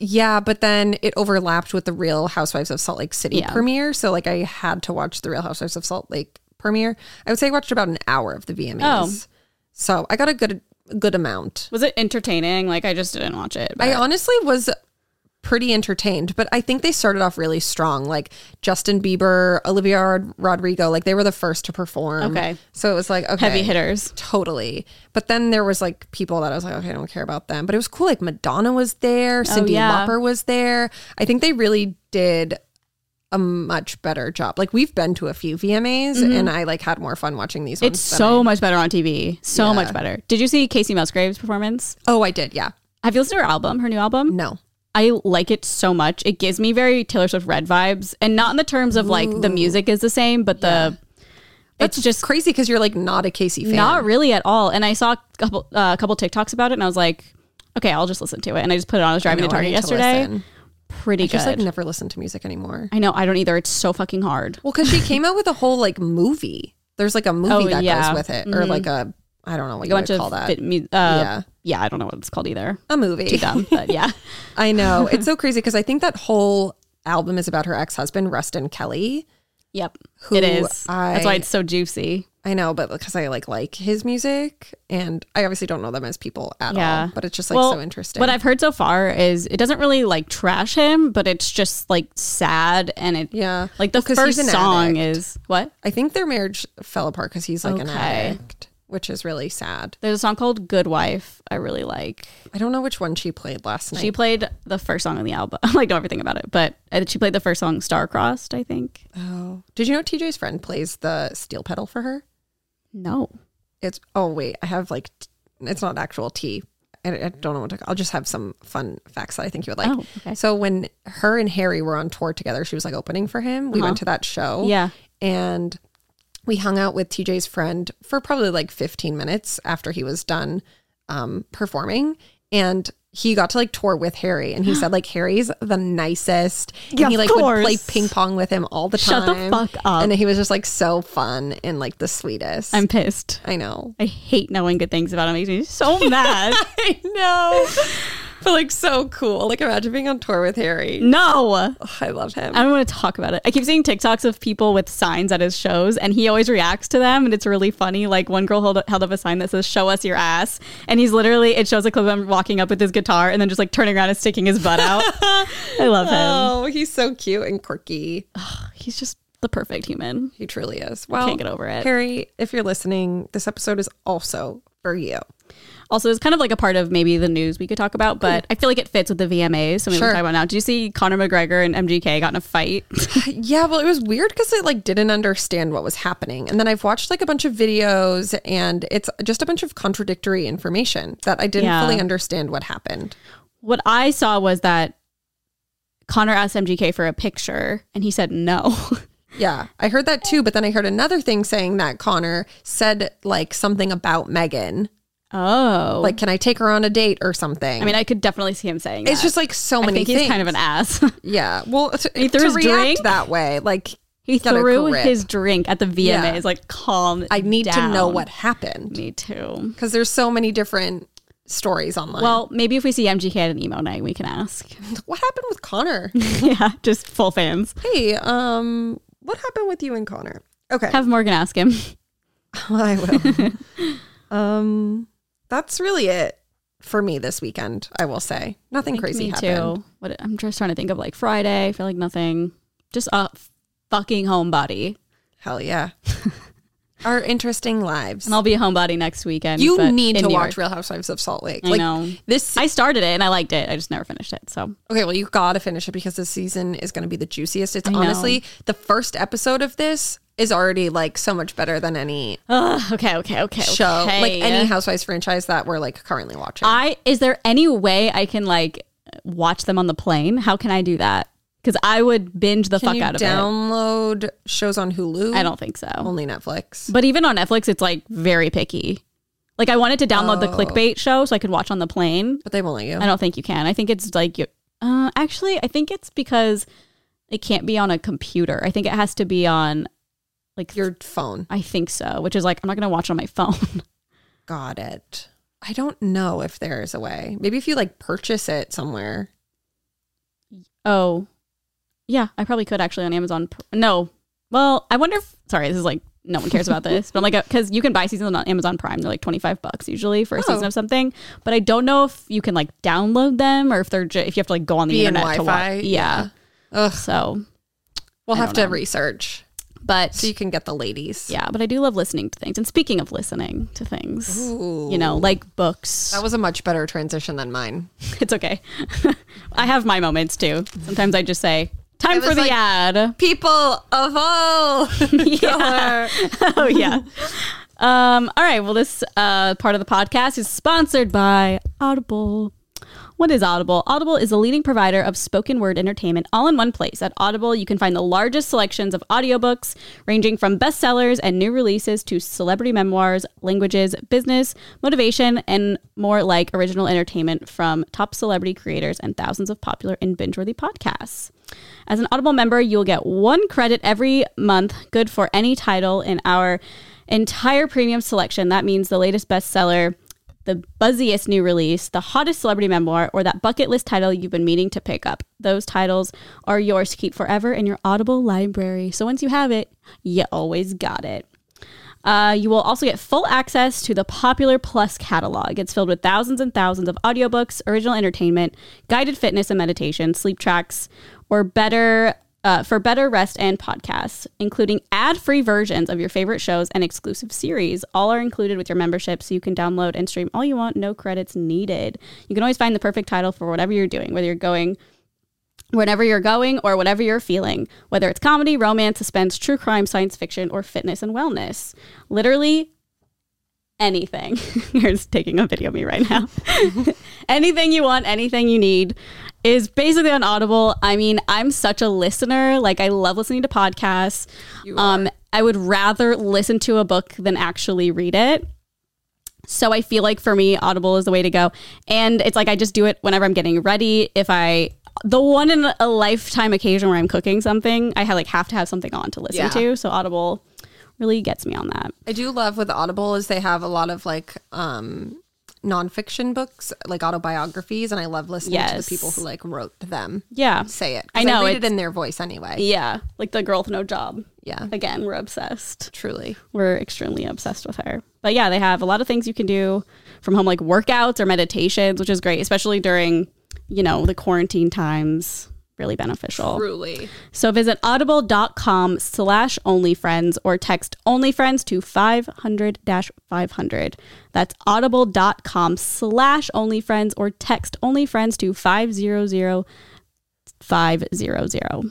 A: yeah, but then it overlapped with the Real Housewives of Salt Lake City
B: Yeah.
A: premiere, so like I had to watch the Real Housewives of Salt Lake premiere. I would say I watched about an hour of the
B: Oh.
A: VMAs, so I got a good good amount.
B: Was it entertaining? Like, I just didn't watch it.
A: I
B: but-
A: honestly was pretty entertained, but I think they started off really strong. Like Justin Bieber, Olivia Rod- Rodrigo, like they were the first to perform.
B: Okay.
A: So it was like, okay.
B: heavy hitters.
A: Totally. But then there was like people that I was like, okay, I don't care about them. But it was cool. Like Madonna was there, Cindy
B: Oh, yeah.
A: Lauper was there. I think they really did a much better job. Like we've been to a few VMAs and I like had more fun watching these
B: Mm-hmm. It's
A: ones. than
B: so much better on TV. So
A: Yeah.
B: much better. Did you see Casey Musgrave's performance?
A: I- oh, I did. Yeah.
B: Have you listened to her album, her new album?
A: No.
B: I like it so much. It gives me very Taylor Swift Red vibes, and not in the terms of like the music is the same, but the it's just
A: Crazy because you're like not a Casey fan.
B: not really at all. And I saw a couple uh, a couple TikToks about it, and I was like, okay, I'll just listen to it. And I just put it on. I was driving
A: No, I
B: to Target
A: need to
B: yesterday.
A: listen.
B: Pretty good.
A: Just like never listen to music anymore.
B: I know. I don't either. It's so fucking hard.
A: Well, because she came out with a whole like movie. There's like a movie
B: Oh,
A: that
B: yeah.
A: goes with it, or like a I don't know what you
B: Bunch
A: would
B: of
A: call that.
B: fit mu-
A: Yeah.
B: uh, yeah, I don't know what it's called either.
A: a movie.
B: Dumb, but yeah,
A: I know it's so crazy because I think that whole album is about her ex husband Rustin Kelly.
B: yep,
A: Who
B: it is. That's
A: I-
B: why it's so juicy.
A: I know, but because I like like his music, and I obviously don't know them as people at all. But it's just like
B: Well,
A: so interesting.
B: What I've heard so far is it doesn't really like trash him, but it's just like sad and it
A: yeah,
B: like the
A: 'cause he's
B: first
A: an
B: song
A: addict.
B: is what?
A: I think their marriage fell apart because he's like an
B: Okay.
A: addict, which is really sad.
B: There's a song called Good Wife I really like.
A: I don't know which one she played last night.
B: She played the first song on the album. I know everything about it, but uh, she played the first song Starcrossed, I think.
A: oh, did you know TJ's friend plays the steel pedal for her?
B: No.
A: It's oh wait, I have like t- it's not actual tea. I, I don't know what to. I'll just have some fun facts that I think you would like.
B: Oh, okay.
A: So when her and Harry were on tour together, she was like opening for him. We went to that show.
B: Uh-huh. Yeah.
A: and we hung out with TJ's friend for probably like 15 minutes after he was done um, performing, and he got to like tour with Harry, and he said like Harry's the nicest,
B: Yeah,
A: and he
B: of
A: like would
B: course.
A: play ping pong with him all the
B: Shut
A: time.
B: the fuck up.
A: And he was just like so fun and like the sweetest.
B: I'm pissed.
A: I know.
B: I hate knowing good things about him. It makes me so mad.
A: I know. But like so cool. Like imagine being on tour with Harry.
B: no.
A: Ugh, I love him.
B: I don't want to talk about it. I keep seeing TikToks of people with signs at his shows, and he always reacts to them, and it's really funny. Like one girl held, held up a sign that says "Show us your ass," and he's literally it shows a clip of him walking up with his guitar, and then just like turning around and sticking his butt out. I love him.
A: oh, he's so cute and quirky.
B: He's just the perfect human.
A: He truly is. Well,
B: Can't get over it.
A: Harry, if you're listening, this episode is also for you.
B: Also, it's kind of like a part of maybe the news we could talk about, but I feel like it fits with the VMAs, so maybe
A: Hmm. Sure.
B: we'll talk about it now. Did you see Conor McGregor and MGK got in a fight?
A: Yeah, well, it was weird because I like didn't understand what was happening, and then I've watched like a bunch of videos, and it's just a bunch of contradictory information that I didn't
B: Yeah.
A: fully understand what happened.
B: what I saw was that Connor asked MGK for a picture, and he said no.
A: Yeah, I heard that too, but then I heard another thing saying that Connor said like something about Megan,
B: oh,
A: like "Can I take her on a date" or something.
B: I mean, I could definitely see him saying
A: It's
B: that.
A: just like so
B: I
A: many
B: think he's
A: things.
B: kind of an ass.
A: yeah. Well, to,
B: threw
A: to
B: his
A: react
B: drink.
A: that way, like
B: He
A: Gotta
B: threw
A: grip.
B: his drink at the VMAs.
A: Yeah.
B: Like, calm.
A: I need to
B: down.
A: know what happened
B: Me too.
A: because there's so many different stories online.
B: Well, maybe if we see MGK at an emo night, we can ask.
A: what happened with Connor?
B: yeah, just full fans.
A: hey, um, what happened with you and Connor? Okay,
B: Have Morgan ask him.
A: I will. um, that's really it for me this weekend. I will say nothing crazy
B: Me
A: happened.
B: too. What I'm just trying to think of like Friday. I feel like nothing. Just a fucking homebody.
A: Hell yeah, our interesting lives.
B: And I'll be a homebody next weekend.
A: you
B: but
A: need
B: in
A: to
B: New
A: watch
B: York.
A: Real Housewives of Salt Lake.
B: I
A: like
B: know.
A: this.
B: I started it and I liked it. I just never finished it. So
A: okay, well you gotta finish it because this season is gonna be the juiciest. It's
B: know.
A: honestly the first episode of this is already like so much better than any
B: Ugh, okay, okay, okay.
A: show,
B: okay.
A: like any Housewives franchise that we're like currently watching.
B: I is there any way I can like watch them on the plane? How can I do that? Because I would binge the
A: Can
B: fuck
A: you
B: out of
A: download shows on Hulu?
B: it. I don't think so.
A: only Netflix.
B: But even on Netflix, it's like very picky. Like I wanted to download
A: Oh.
B: the clickbait show so I could watch on the plane.
A: But they won't let you.
B: I don't think you can. I think it's like you. Uh, actually, I think it's because it can't be on a computer. I think it has to be on like
A: Your phone.
B: I think so, which is like I'm not gonna watch it on my phone.
A: Got it. I don't know if there is a way. Maybe if you like purchase it somewhere.
B: oh, yeah, I probably could actually on Amazon. Pr- No, well, I wonder. if Sorry, this is like no one cares about this, but I'm like because you can buy seasons on Amazon Prime. They're like 25 bucks usually for a season
A: Oh.
B: of something, but I don't know if you can like download them or if they're ju- if you have to like go on the
A: Be in
B: internet to
A: Wi-Fi?
B: watch.
A: Yeah.
B: Yeah.
A: Ugh.
B: So,
A: We'll
B: I
A: have
B: don't
A: to
B: know.
A: research
B: but
A: so you can get the ladies.
B: Yeah, but I do love listening to things. And speaking of listening to things,
A: Ooh. Oh.
B: you know, like books,
A: That was a much better transition than mine.
B: it's okay. I have my moments too. Sometimes I just say, time for
A: was
B: the
A: like-
B: ad.
A: People of all color.
B: oh, yeah. Um, all right. Well, this uh, part of the podcast is sponsored by Audible. What is Audible? Audible is a leading provider of spoken word entertainment all in one place. At Audible, you can find the largest selections of audiobooks, ranging from bestsellers and new releases to celebrity memoirs, languages, business, motivation, and more like original entertainment from top celebrity creators and thousands of popular and binge worthy podcasts. As an Audible member, you'll get one credit every month, good for any title in our entire premium selection. That means the latest bestseller the buzziest new release, the hottest celebrity memoir, or that bucket list title you've been meaning to pick up. Those titles are yours to keep forever in your Audible library. So once you have it, you always got it. Uh, you will also get full access to the Popular Plus catalog. It's filled with thousands and thousands of audiobooks, original entertainment, guided fitness and meditation, sleep tracks, or better uh, for better rest and podcasts, including ad-free versions of your favorite shows and exclusive series. All are included with your membership, so you can download and stream all you want, no credits needed. You can always find the perfect title for whatever you're doing, whether you're going whenever you're going or whatever you're feeling, whether it's comedy, romance, suspense, true crime, science fiction, or fitness and wellness. Literally anything. Here's taking a video of me right now. anything you want, anything you need is basically on Audible. I mean, I'm such a listener. Like I love listening to podcasts. Um I would rather listen to a book than actually read it. So I feel like for me, Audible is the way to go. And it's like I just do it whenever I'm getting ready. If I the one in a lifetime occasion where I'm cooking something, I ha- like have to have something on to listen
A: Yeah.
B: to. So Audible really gets me on that.
A: I do love with Audible is they have a lot of like um nonfiction books, like autobiographies, and I love listening to
B: Yes.
A: the people who like wrote them
B: Yeah.
A: say it. 'Cause
B: I know,
A: I read it
B: it's-
A: in their voice anyway.
B: Yeah. Like the girl with no job.
A: Yeah,
B: Again, we're obsessed.
A: truly.
B: We're extremely obsessed with her. But yeah, they have a lot of things you can do from home, like workouts or meditations, which is great, especially during, you know, the quarantine times. Really beneficial.
A: Truly.
B: So visit audible.com slash onlyfriends or text onlyfriends to 500-500. That's audible.com slash onlyfriends or text onlyfriends to 500-500.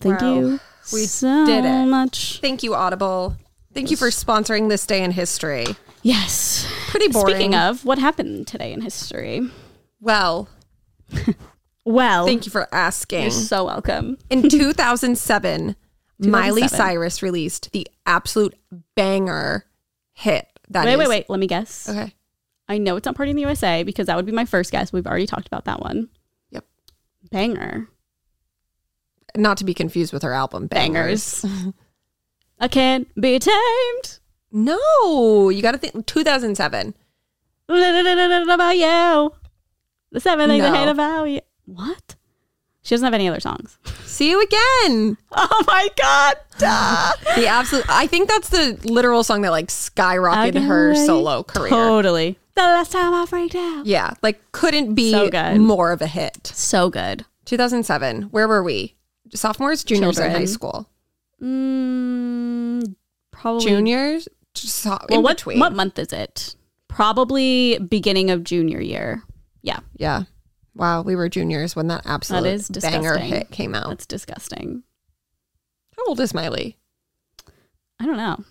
B: Thank
A: Wow.
B: you
A: We
B: so
A: did it.
B: much.
A: Thank you, Audible. Thank you for sponsoring this day in history.
B: Yes.
A: Pretty boring.
B: Speaking of, what happened today in history?
A: well,
B: Well,
A: thank you for asking.
B: you're so welcome.
A: In 2007, Miley
B: 2007.
A: Cyrus released the absolute banger hit. That
B: Wait,
A: is-
B: wait, wait. Let me guess.
A: Okay.
B: I know it's not Party in the USA because that would be my first guess. We've already talked about that one.
A: Yep.
B: Banger.
A: not to be confused with her album Bangers.
B: bangers. I can't be tamed.
A: No, you got to think 2007.
B: About you. The seven things I hate
A: No.
B: about you. What? She doesn't have any other songs.
A: See you again.
B: Oh my god. duh.
A: The absolute. I think that's the literal song that like skyrocketed
B: Okay,
A: her
B: right.
A: solo career.
B: Totally. The last time I freaked out.
A: Yeah, like couldn't be
B: So good.
A: more of a hit.
B: So good.
A: 2007. Where were we? Sophomores, juniors in high
B: Children.
A: school.
B: Mm, probably.
A: Juniors, so, in
B: Well, what,
A: between.
B: what month is it? Probably beginning of junior year. Yeah,
A: Yeah. Wow, we were juniors when that absolute
B: is
A: banger
B: disgusting.
A: hit came out.
B: that's disgusting.
A: How old is Miley?
B: I don't know.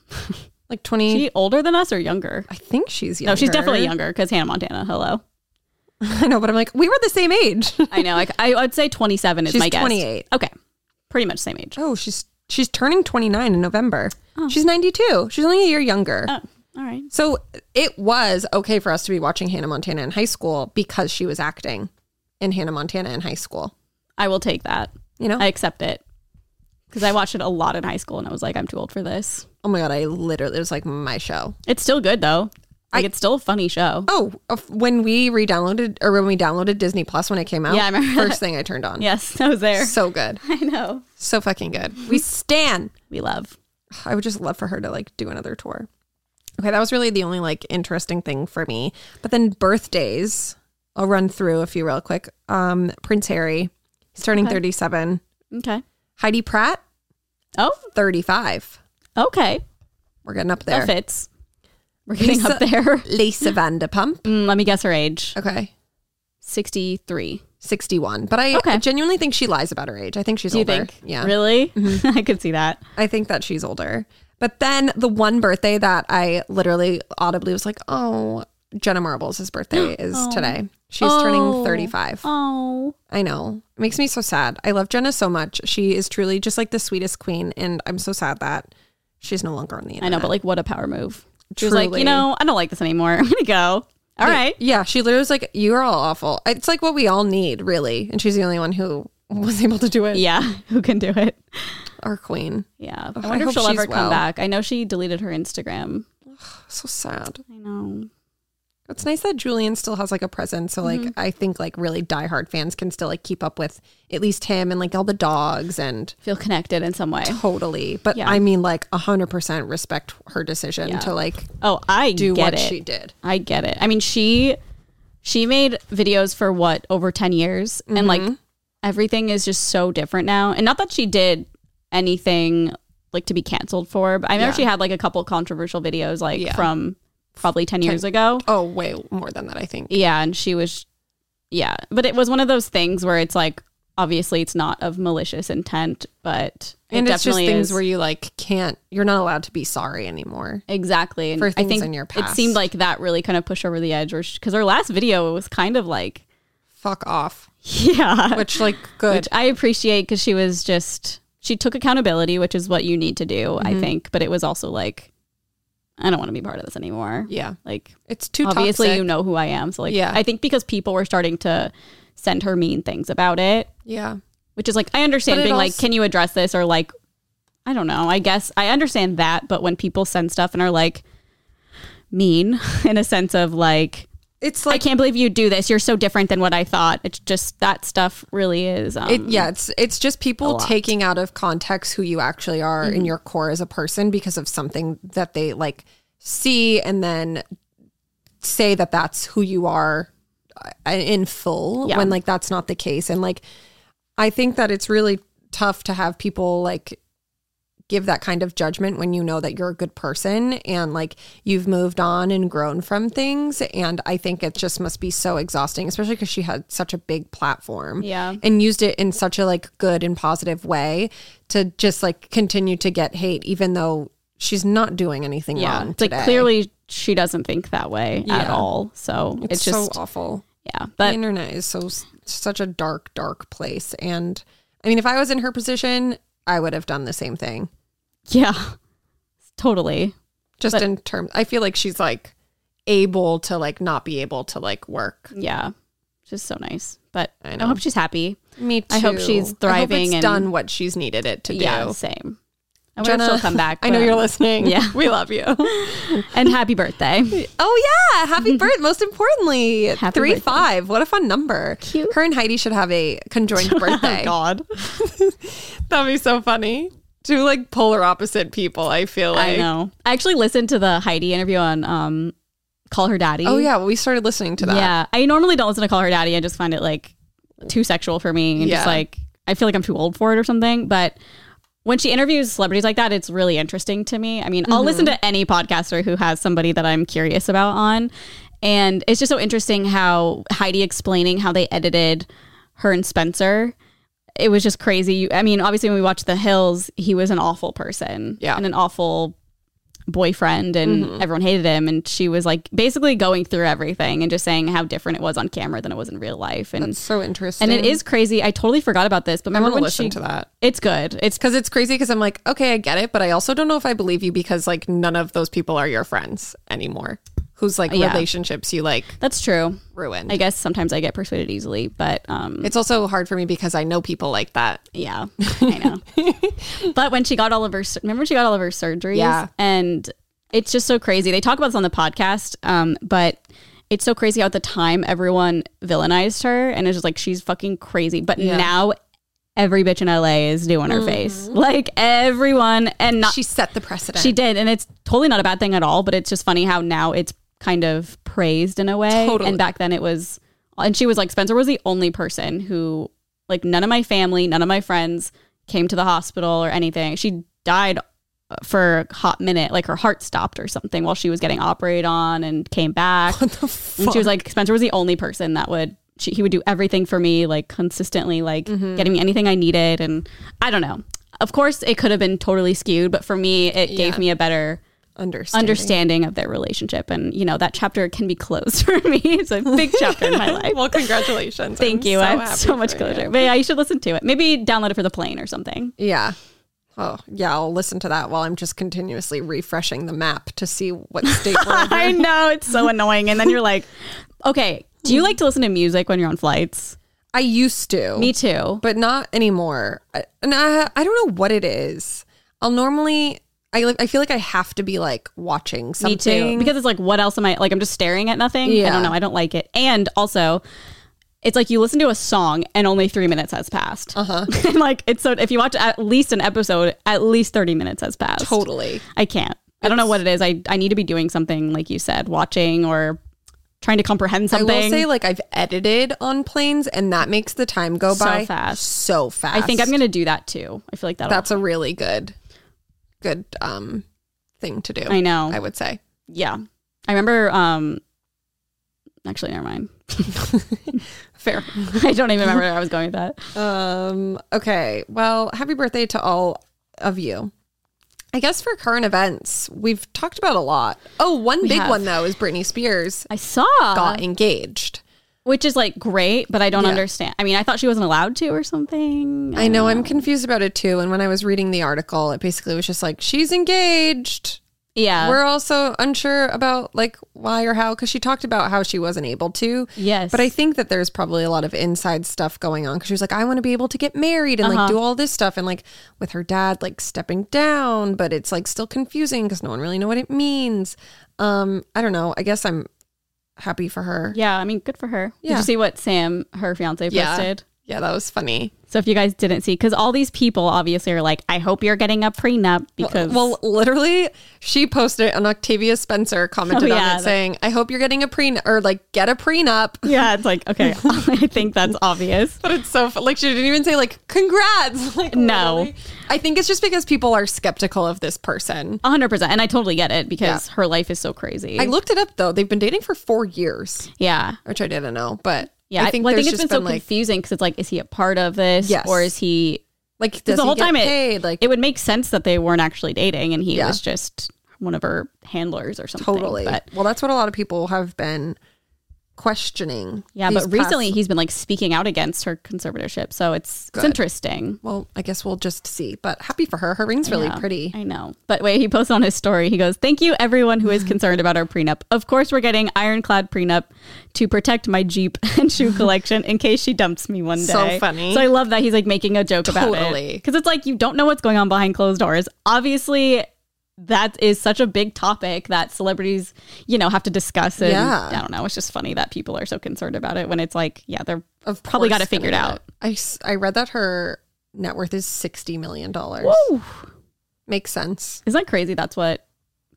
A: Like 20.
B: Is she older than us or younger?
A: I think she's younger.
B: No, she's definitely younger because Hannah Montana. Hello.
A: I know, but I'm like, we were the same age.
B: I know. Like I, I'd say 27 is
A: She's
B: my guess.
A: 28.
B: Okay. Pretty much same age.
A: oh, she's she's turning 29 in November. She's 92. She's only a year younger.
B: Oh, all right.
A: So it was okay for us to be watching Hannah Montana in high school because she was acting in Hannah Montana in high school.
B: I will take that.
A: You know?
B: I accept it because I watched it a lot in high school and I was like, I'm too old for this.
A: oh my god, I literally it was like my show.
B: It's still good though. Like it's still a funny show.
A: Oh, of- when we re-downloaded or when we downloaded Disney Plus when it came out,
B: Yeah, I remember
A: first thing I turned on.
B: Yes, I was there.
A: So good.
B: I know.
A: So fucking good. We stan.
B: We love.
A: I would just love for her to like do another tour. Okay, that was really the only like interesting thing for me. But then birthdays, I'll run through a few real quick. Um, Prince Harry, he's turning 37.
B: Okay.
A: Heidi Pratt,
B: Oh,
A: 35.
B: okay.
A: We're getting up
B: That
A: there.
B: fits. We're getting
A: Lisa-
B: up there.
A: Lisa Vanderpump.
B: Mm, let me guess her age.
A: Okay.
B: 63.
A: 61. But I
B: Okay.
A: genuinely think she lies about her age. I think she's
B: Do you
A: older.
B: think? Mm-hmm.
A: Yeah.
B: Really? I could see that.
A: I think that she's older. But then the one birthday that I literally audibly was like, oh, Jenna Marbles' birthday is today. She's
B: Oh.
A: turning 35.
B: Oh.
A: I know. It makes me so sad. I love Jenna so much. She is truly just like the sweetest queen. And I'm so sad that she's no longer on the
B: I
A: internet.
B: know, but like what a power move. She was like,
A: Truly.
B: you know, I don't like this anymore. I'm going to go. All right.
A: Yeah, she literally was like, you're all awful. It's like what we all need, really. And she's the only one who was able to do it.
B: Yeah. Who can do it?
A: Our queen.
B: Yeah.
A: Ugh,
B: I
A: I
B: wonder if
A: hope
B: she'll ever
A: she's
B: come
A: well.
B: back. I know she deleted her Instagram.
A: So sad.
B: I know.
A: It's nice that Julian still has like a presence. So like
B: Mm-hmm.
A: I think like really diehard fans can still like keep up with at least him and like all the dogs and
B: Feel connected in some way.
A: totally. But
B: Yeah.
A: I mean like hundred percent respect her decision to like
B: Oh, I
A: do
B: get
A: what
B: it.
A: she did.
B: I get it. I mean, she she made videos for what over 10 years and like
A: Mm-hmm.
B: everything is just so different now. And not that she did anything like to be canceled for, but I remember
A: Yeah.
B: she had like a couple controversial videos like
A: Yeah.
B: from probably 10 years ago.
A: Oh, way more than that, I think.
B: Yeah, and she was yeah, but it was one of those things where it's like obviously it's not of malicious intent, but it
A: and it's just
B: definitely
A: things
B: is.
A: where you like can't you're not allowed to be sorry anymore.
B: Exactly. And
A: for
B: I
A: things
B: think
A: in your
B: it
A: past.
B: seemed like that really kind of pushed over the edge, because her last video was kind of like,
A: Fuck off.
B: yeah,
A: Which like good.
B: which I appreciate because she was just she took accountability, which is what you need to do,
A: Mm-hmm.
B: I think. But it was also like, I don't want to be part of this anymore.
A: yeah.
B: Like,
A: It's too
B: obviously
A: toxic.
B: you know who I am, so like,
A: Yeah.
B: I think because people were starting to send her mean things about it,
A: yeah.
B: which is like I understand
A: But it
B: being like,
A: also-
B: can you address this or like I don't know. I guess I understand that, but when people send stuff and are like mean in a sense of like,
A: It's
B: I
A: like
B: can't believe you do this. You're so different than what I thought. It's just that stuff really is. Um,
A: It, yeah, it's it's just people taking out of context who you actually are
B: Mm-hmm.
A: in your core as a person because of something that they like see and then say that that's who you are uh, in full
B: Yeah.
A: when like that's not the case and like I think that it's really tough to have people like give that kind of judgment when you know that you're a good person and like you've moved on and grown from things and I think it just must be so exhausting especially cuz she had such a big platform
B: Yeah.
A: and used it in such a like good and positive way to just like continue to get hate even though she's not doing anything
B: yeah.
A: wrong
B: It's like
A: today.
B: clearly she doesn't think that way at
A: Yeah.
B: all. So it's,
A: it's,
B: just
A: so awful
B: yeah.
A: the
B: But
A: internet is so such a dark dark place and i mean if i was in her position i would have done the same thing
B: yeah, totally.
A: just in terms i feel like she's like able to like not be able to like work
B: Yeah. which is so nice. But
A: I
B: I,
A: know.
B: hope she's happy.
A: Me too.
B: I hope she's
A: I hope
B: thriving
A: it's
B: and-
A: done what she's needed it to do.
B: Yeah, same. I wonder if she'll come back.
A: I know
B: but-
A: you're listening.
B: Yeah.
A: we love you.
B: And happy birthday.
A: Oh yeah, happy birthday! Most importantly,
B: Happy
A: three
B: birthday.
A: five. What a fun number!
B: Cute.
A: Her and Heidi should have a conjoined birthday.
B: God.
A: Oh That'd be so funny. Two like polar opposite people. I feel like.
B: I know. I actually listened to the Heidi interview on um, Call Her Daddy.
A: Oh yeah, well, we started listening to that.
B: Yeah. I normally don't listen to Call Her Daddy. I just find it like too sexual for me. And
A: Yeah.
B: just like, I feel like I'm too old for it or something. But when she interviews celebrities like that, it's really interesting to me. I mean,
A: Mm-hmm.
B: I'll listen to any podcaster who has somebody that I'm curious about on. And it's just so interesting how Heidi explaining how they edited her and Spencer. It was just crazy. You- I mean, obviously, when we watched The Hills, he was an awful person
A: Yeah.
B: and an awful boyfriend and
A: Mm-hmm.
B: everyone hated him and she was like basically going through everything and just saying how different it was on camera than it was in real life and
A: That's so interesting.
B: and it is crazy I totally forgot about this but
A: I
B: remember
A: want to
B: when
A: listen
B: she
A: to that
B: it's good it's
A: because it's crazy. Because I'm like, okay, I get it, but I also don't know if I believe you because like none of those people are your friends anymore. Whose like
B: Yeah.
A: relationships you like
B: that's true
A: ruined.
B: I guess sometimes I get persuaded easily but um
A: it's also hard for me because I know people like that.
B: yeah I know but when she got all of her sur- remember when she got all of her surgeries
A: Yeah.
B: and it's just so crazy they talk about this on the podcast um but it's so crazy how at the time everyone villainized her and it's just like she's fucking crazy but
A: Yeah. Mm-hmm.
B: now every bitch in LA is doing her face. Like everyone and not she,
A: She set the precedent.
B: did and it's totally not a bad thing at all, but it's just funny how now it's kind of praised in a way
A: Totally.
B: and back then it was and she was like Spencer was the only person who like none of my family, none of my friends came to the hospital or anything. She died uh, for a hot minute, like her heart stopped or something while she was getting operated on and came back.
A: What the
B: And
A: fuck?
B: she was like, Spencer was the only person that would she, he would do everything for me, like consistently, like
A: Mm-hmm.
B: getting me anything I needed. And I don't know. Of course, it could have been totally skewed, but for me, it
A: Yeah.
B: gave me a better
A: understanding.
B: understanding of their relationship. And you know, that chapter can be closed for me. It's a big chapter in my life.
A: Well, congratulations.
B: Thank
A: I'm
B: you. I have
A: happy
B: so much
A: for
B: closure.
A: you.
B: But yeah, you should listen to it. Maybe download it for the plane or something.
A: Yeah. Oh, yeah. I'll listen to that while I'm just continuously refreshing the map to see what state we're in.
B: I know it's so annoying. And then you're like, Hmm. okay, do you like to listen to music when you're on flights?
A: I used to.
B: Me too.
A: but not anymore. I, and I, I don't know what it is. I'll normally, I like, I feel like I have to be like watching
B: Me
A: something.
B: too. Because it's like, what else am I like? I'm just staring at nothing. I
A: Yeah.
B: don't know. I don't like it. And also, it's like you listen to a song and only three minutes has passed. Uh
A: Uh-huh.
B: huh. and like, it's so if you watch at least an episode, at least 30 minutes has passed.
A: totally.
B: I can't. I don't know what it is. I, I need to be doing something, like you said, watching or trying to comprehend
A: I
B: something.
A: will say, like, I've edited on planes, and that makes the time go
B: So
A: by
B: fast.
A: So fast.
B: I think I'm going to do that too. I feel like that'll.
A: That's a really good, good um thing to do.
B: I know.
A: I would say.
B: yeah. I remember, um, actually, never mind.
A: Fair.
B: I don't even remember where I was going with that.
A: Um, okay. Well, happy birthday to all of you. I guess for current events, we've talked about a lot. Oh, one big
B: have. Uh-huh.
A: one though is Britney Spears
B: I saw.
A: got engaged.
B: which is like great, but I don't
A: Yeah.
B: understand. I mean, I thought she wasn't allowed to or something.
A: I know I'm confused about it too. And when I was reading the article, it basically was just like, she's engaged.
B: Yeah.
A: We're also unsure about like why or how, because she talked about how she wasn't able to.
B: yes.
A: But I think that there's probably a lot of inside stuff going on because she was like, I want to be able to get married and
B: Uh-huh.
A: like do all this stuff. And like with her dad, like stepping down, but it's like still confusing because no one really know what it means. Um, I don't know. I guess I'm happy for her. Yeah,
B: yeah, I mean, good for her. Did
A: Yeah.
B: you see what Sam, her fiance, posted?
A: Yeah. that was funny.
B: So if you guys didn't see, because all these people obviously are like, I hope you're getting a prenup because
A: Uh, Well, literally, she posted it and Octavia Spencer commented
B: Oh, yeah,
A: on it
B: that-
A: saying, I hope you're getting a prenup or like get a prenup.
B: yeah, it's like okay, I think that's obvious.
A: But it's so fu- like she didn't even say like congrats. Like,
B: No.
A: literally. I think it's just because people are skeptical of this person.
B: hundred percent, and I totally get it because her life is so crazy.
A: I looked it up though. They've been dating for four years,
B: yeah,
A: which I didn't know. But
B: yeah.
A: I think
B: well, I
A: there's
B: think it's
A: just
B: been
A: been,
B: so
A: like,
B: confusing because it's like, is he a part of this?
A: Yes.
B: or is he?
A: like does
B: Because the
A: he
B: whole
A: get
B: time it
A: paid? like
B: it would make sense that they weren't actually dating, and he
A: Yeah.
B: was just one of her handlers or something.
A: totally.
B: but
A: well, that's what a lot of people have been questioning.
B: Yeah,
A: these
B: but recently
A: past-
B: he's been like speaking out against her conservatorship. So it's it's interesting.
A: well, I guess we'll just see. But happy for her. Her ring's really
B: Yeah,
A: pretty.
B: I know. But wait, he posted on his story. He goes, Thank you, everyone who is concerned about our prenup. Of course, we're getting ironclad prenup to protect my Jeep and shoe collection in case she dumps me one day.
A: So funny.
B: So I love that he's like making a joke about it.
A: Totally.
B: Because it's like you don't know what's going on behind closed doors. Obviously, that is such a big topic that celebrities, you know, have to discuss. And
A: Yeah.
B: I don't know. It's just funny that people are so concerned about it when it's like, yeah, they're
A: Of
B: probably
A: course
B: got it
A: gonna
B: figured
A: do
B: out.
A: I s- I read that her net worth is sixty million dollars.
B: Ooh.
A: Makes sense.
B: Isn't that crazy? That's what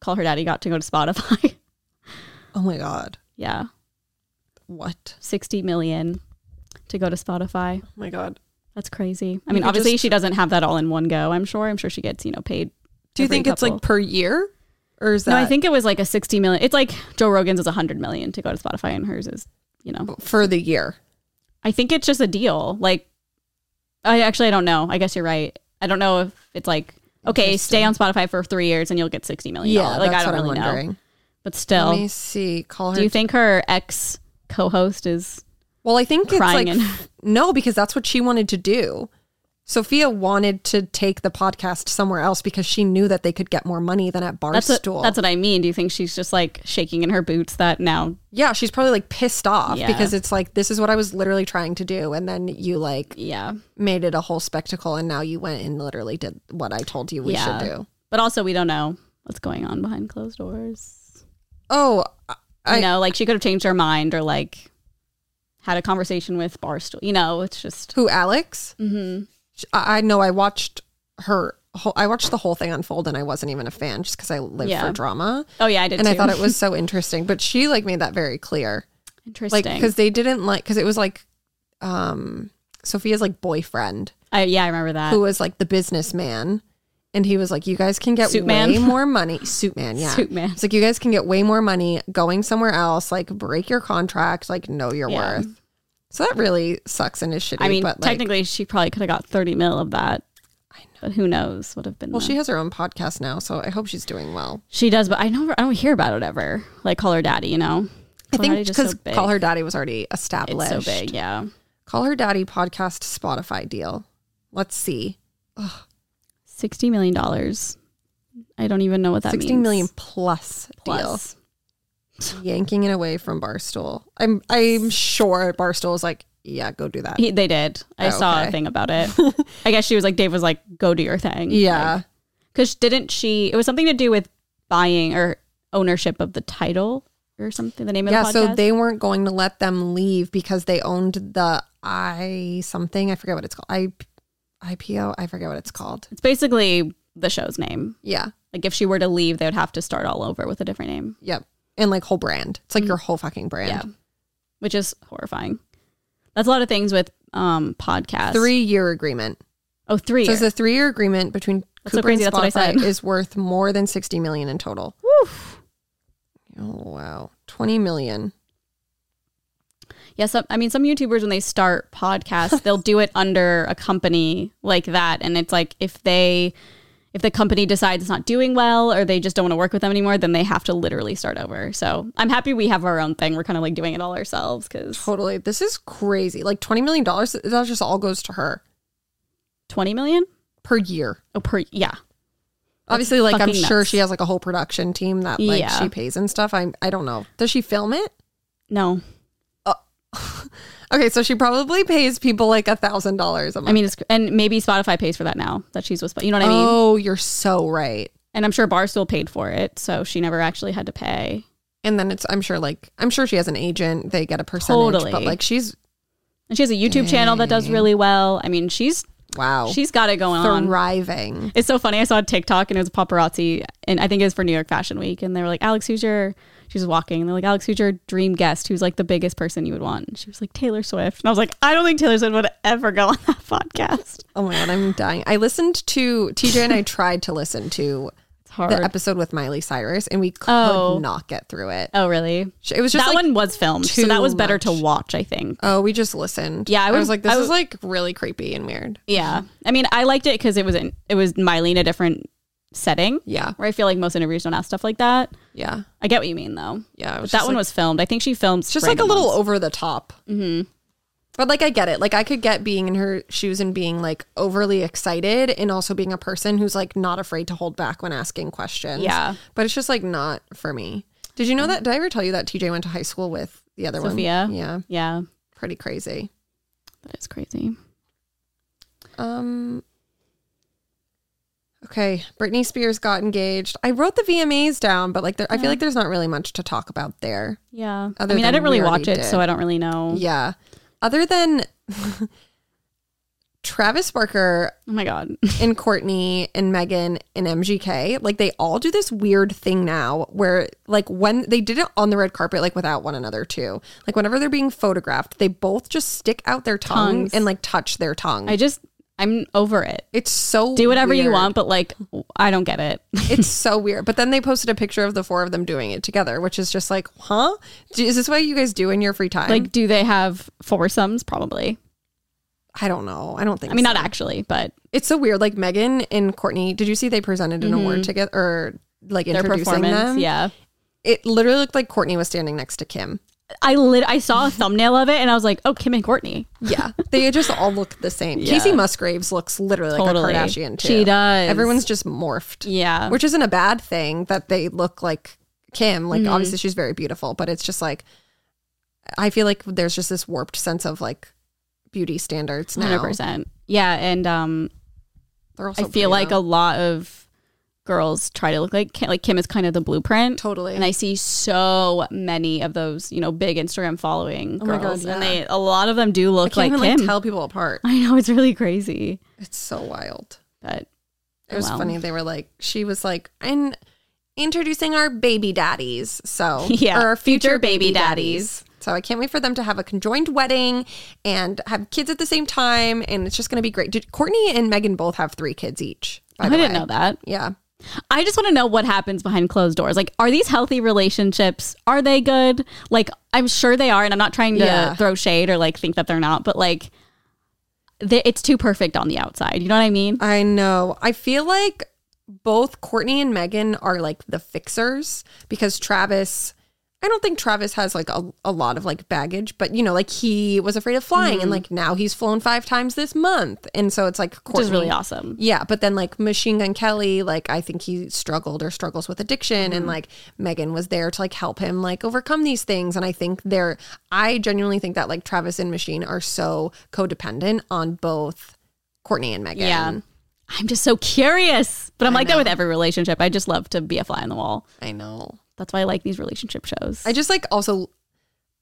B: Call Her Daddy got to go to Spotify.
A: Oh my god.
B: yeah.
A: What?
B: 60 million to go to Spotify.
A: Oh my god.
B: That's crazy. I mean,
A: could
B: obviously
A: just-
B: she doesn't have that all in one go, I'm sure. I'm sure she gets, you know, paid.
A: Do you
B: every
A: think it's
B: couple.
A: like per year, or is that?
B: No, I think it was like a 60 million. It's like Joe Rogan's is 100 million to go to Spotify and hers is, you know.
A: for the year.
B: I think it's just a deal. Like I actually I don't know. I guess you're right. I don't know if it's like okay, stay on Spotify for 3 years and you'll get 60 million. like I don't really know. But
A: Let
B: still,
A: me see. Call her.
B: do you think her ex co-host is
A: well, I think it's
B: crying
A: like
B: and
A: no, because that's what she wanted to do. Sophia wanted to take the podcast somewhere else because she knew that they could get more money than at
B: that's what,
A: Barstool.
B: that's what I mean. Do you think she's just like shaking in her boots that now
A: yeah, she's probably like pissed off
B: Yeah.
A: because it's like this is what I was literally trying to do, and then you like
B: Yeah.
A: made it a whole spectacle, and now you went and literally did what I told you we
B: Yeah.
A: should do.
B: But also, we don't know what's going on behind closed doors.
A: Oh, I-
B: you know, like she could have changed her mind or like had a conversation with Barstool. You know, it's just
A: who Alex? Mm-hmm. I, I know. I watched her. Whole, I watched the whole thing unfold, and I wasn't even a fan just because I live
B: Yeah.
A: for drama.
B: oh yeah, I did.
A: and I
B: too.
A: thought it was so interesting. But she like made that very clear, like
B: interesting.
A: because they didn't like because it was like, um, Sophia's like boyfriend
B: I, yeah, I remember that.
A: who was like the businessman, and he was like, "You guys can get
B: Suit
A: way
B: man.
A: more money, suit man, yeah."
B: Suit man.
A: It's like you guys can get way more money going somewhere else. Like break your contract. Like know your
B: Yeah.
A: worth. So that really sucks and is shitty.
B: I mean,
A: but like,
B: technically, she probably could have got thirty mil of that. I know. But who knows? Would have been
A: well,
B: the-
A: she has her own podcast now, so I hope she's doing well.
B: she does, but I never. I don't hear about it ever. Like call her daddy. You know, Call
A: I
B: Her
A: think
B: Daddy's just
A: because
B: so big.
A: Call Her Daddy was already
B: it's
A: established.
B: so big. Yeah.
A: Call Her Daddy podcast Spotify deal. Let's see.
B: Sixty million dollars. I don't even know what that
A: sixteen
B: means.
A: million plus,
B: plus.
A: deal. Yanking it away from Barstool. I'm I'm sure Barstool is like, yeah, go do that.
B: He, they did. I
A: Oh,
B: saw a
A: okay.
B: thing about it. I guess she was like, Dave was like, go do your thing.
A: Yeah.
B: Because didn't she, it was something to do with buying or ownership of the title or something, the name of
A: yeah,
B: the podcast.
A: so they weren't going to let them leave because they owned the I something. I forget what it's called. I IPO, I forget what it's called.
B: it's basically the show's name.
A: Yeah.
B: Like if she were to leave, they would have to start all over with a different name,
A: Yep. And like whole brand. It's like your whole fucking brand.
B: Mm. Yeah. which is horrifying. That's a lot of things with um podcasts.
A: Three year agreement.
B: Oh, three.
A: So
B: years.
A: the three year agreement between
B: That's so
A: Cooper
B: crazy.
A: and
B: That's what I
A: Spotify
B: said.
A: is worth more than sixty million in total.
B: Woof.
A: Oh wow, twenty million.
B: Yeah, some, I mean, some YouTubers when they start podcasts, they'll do it under a company like that, and it's like if they, if the company decides it's not doing well or they just don't want to work with them anymore, then they have to literally start over. So I'm happy we have our own thing. We're kind of like doing it all ourselves because
A: Totally, this is crazy. Like twenty million dollars. That just all goes to her
B: twenty million
A: per year.
B: oh per yeah
A: Obviously, like I'm
B: fucking
A: sure
B: nuts.
A: she has like a whole production team that like
B: Yeah.
A: she pays and stuff. I I don't know. Does she film it?
B: no
A: Okay, so she probably pays people like a thousand dollars a month.
B: I mean it's and maybe Spotify pays for that now that she's with Sp- you know what I mean
A: oh, you're so right.
B: and I'm sure Barstool paid for it so she never actually had to pay
A: And then it's I'm sure like I'm sure she has an agent. They get a percentage, but
B: Totally.
A: like she's
B: and she has a YouTube channel that does really well I mean she's
A: wow
B: she's got it going on
A: thriving.
B: It's so funny. I saw a TikTok and it was a paparazzi, and I think it was for New York Fashion Week. And they were like, Alex, who's your, she was walking. And they're like, Alex, who's your dream guest? Who's like the biggest person you would want? And she was like, Taylor Swift. And I was like, I don't think Taylor Swift would ever go on that podcast.
A: Oh my god, I'm dying. I listened to TJ and I tried to listen to
B: It's hard.
A: the episode with Miley Cyrus, and we could
B: Oh.
A: not get through it.
B: oh, really?
A: It was just
B: that
A: like,
B: one was filmed. So
A: too
B: that was better to
A: much.
B: watch, I think.
A: oh, we just listened.
B: Yeah, I
A: I,
B: would-
A: was like, this
B: I
A: is
B: would-
A: like really creepy and weird.
B: Yeah. I mean, I liked it because it was, in, it was Miley in a different setting
A: Yeah.
B: where I feel like most interviews don't ask stuff like that.
A: Yeah.
B: I get what you mean though.
A: Yeah. it
B: But
A: was
B: that
A: just
B: one
A: like-
B: was filmed. I think she filmed
A: just like a
B: random
A: little
B: ones.
A: over the top. Mm-hmm. But like, I get it. Like, I could get being in her shoes and being like overly excited, and also being a person who's like not afraid to hold back when asking questions.
B: Yeah.
A: but it's just like not for me. Did you know that? Did I ever tell you that TJ went to high school with the other
B: Sophia.
A: one? Yeah,
B: Yeah.
A: pretty crazy.
B: That is crazy.
A: Um. Okay, Britney Spears got engaged. I wrote the VMAs down, but like, there, I feel like there's not really much to talk about there.
B: Yeah.
A: Other
B: I mean, I
A: than
B: didn't really
A: we
B: watch
A: already
B: it,
A: did.
B: so I don't really know.
A: Yeah. Other than Travis Barker
B: Oh my god.
A: and Courtney and Megan and MGK, like they all do this weird thing now where like when they did it on the red carpet, like without one another too. Like whenever they're being photographed, they both just stick out their tongue
B: Tongues.
A: and like touch their tongue.
B: I just I'm over it.
A: it's so
B: Do whatever you
A: weird.
B: want, but like I don't get it.
A: It's so weird. But then they posted a picture of the four of them doing it together, which is just like, huh? Do- Is this what you guys do in your free time?
B: like do they have foursomes probably?
A: I don't know. I don't think
B: I mean
A: so.
B: not actually, but
A: It's so weird. Like Megan and Courtney, did you see they presented an award together or like
B: Mm-hmm. their
A: introducing
B: performance,
A: them?
B: yeah.
A: It literally looked like Courtney was standing next to Kim.
B: I lit I saw a thumbnail of it and I was like, "Oh, Kim and Courtney."
A: Yeah. they just all look the same.
B: Yeah.
A: Casey Musgraves looks literally
B: Totally.
A: like a Kardashian too.
B: She does.
A: Everyone's just morphed.
B: Yeah.
A: Which isn't a bad thing that they look like Kim.
B: Mm-hmm.
A: Like obviously she's very beautiful, but it's just like I feel like there's just this warped sense of like beauty standards now.
B: 100%. Yeah, and um
A: They're all
B: I
A: so
B: feel
A: pretty
B: like
A: now.
B: a lot of girls try to look like Kim, like Kim is kind of the blueprint.
A: totally.
B: And I see so many of those, you know, big Instagram following
A: Oh my
B: girls,
A: God,
B: and
A: yeah.
B: they a lot of them do
A: I
B: look
A: can't
B: like
A: even
B: Kim.
A: like tell people apart.
B: I know it's really crazy,
A: It's so wild.
B: but
A: It was
B: Wow.
A: funny. They were like, she was like, and introducing our baby daddies. So,
B: Yeah,
A: or our
B: future baby daddies.
A: So, I can't wait for them to have a conjoined wedding and have kids at the same time. And it's just going to be great. Did, Courtney and Megan both have three kids each. By
B: Oh, I
A: the
B: didn't
A: way.
B: know that.
A: Yeah.
B: I just want to know what happens behind closed doors. Like, are these healthy relationships? Are they good? Like, I'm sure they are, and I'm not trying to
A: Yeah.
B: throw shade or like think that they're not, but like, they, it's too perfect on the outside. You know what I mean?
A: I know. I feel like both Courtney and Megan are like the fixers because Travis. I don't think Travis has like a, a lot of like baggage, but you know, like he was afraid of flying
B: Mm-hmm.
A: and like now he's flown five times this month. And so it's like
B: Which
A: Courtney.
B: is really awesome.
A: Yeah, but then like Machine Gun Kelly, like I think he struggled or struggles with addiction,
B: Mm-hmm.
A: and like Megan was there to like help him like overcome these things. And I think they're, I genuinely think that like Travis and Machine are so codependent on both Courtney and Megan.
B: Yeah. I'm just so curious, but I'm like that with every relationship. I just love to be a fly on the wall.
A: I know.
B: That's why I like these relationship shows.
A: I just like also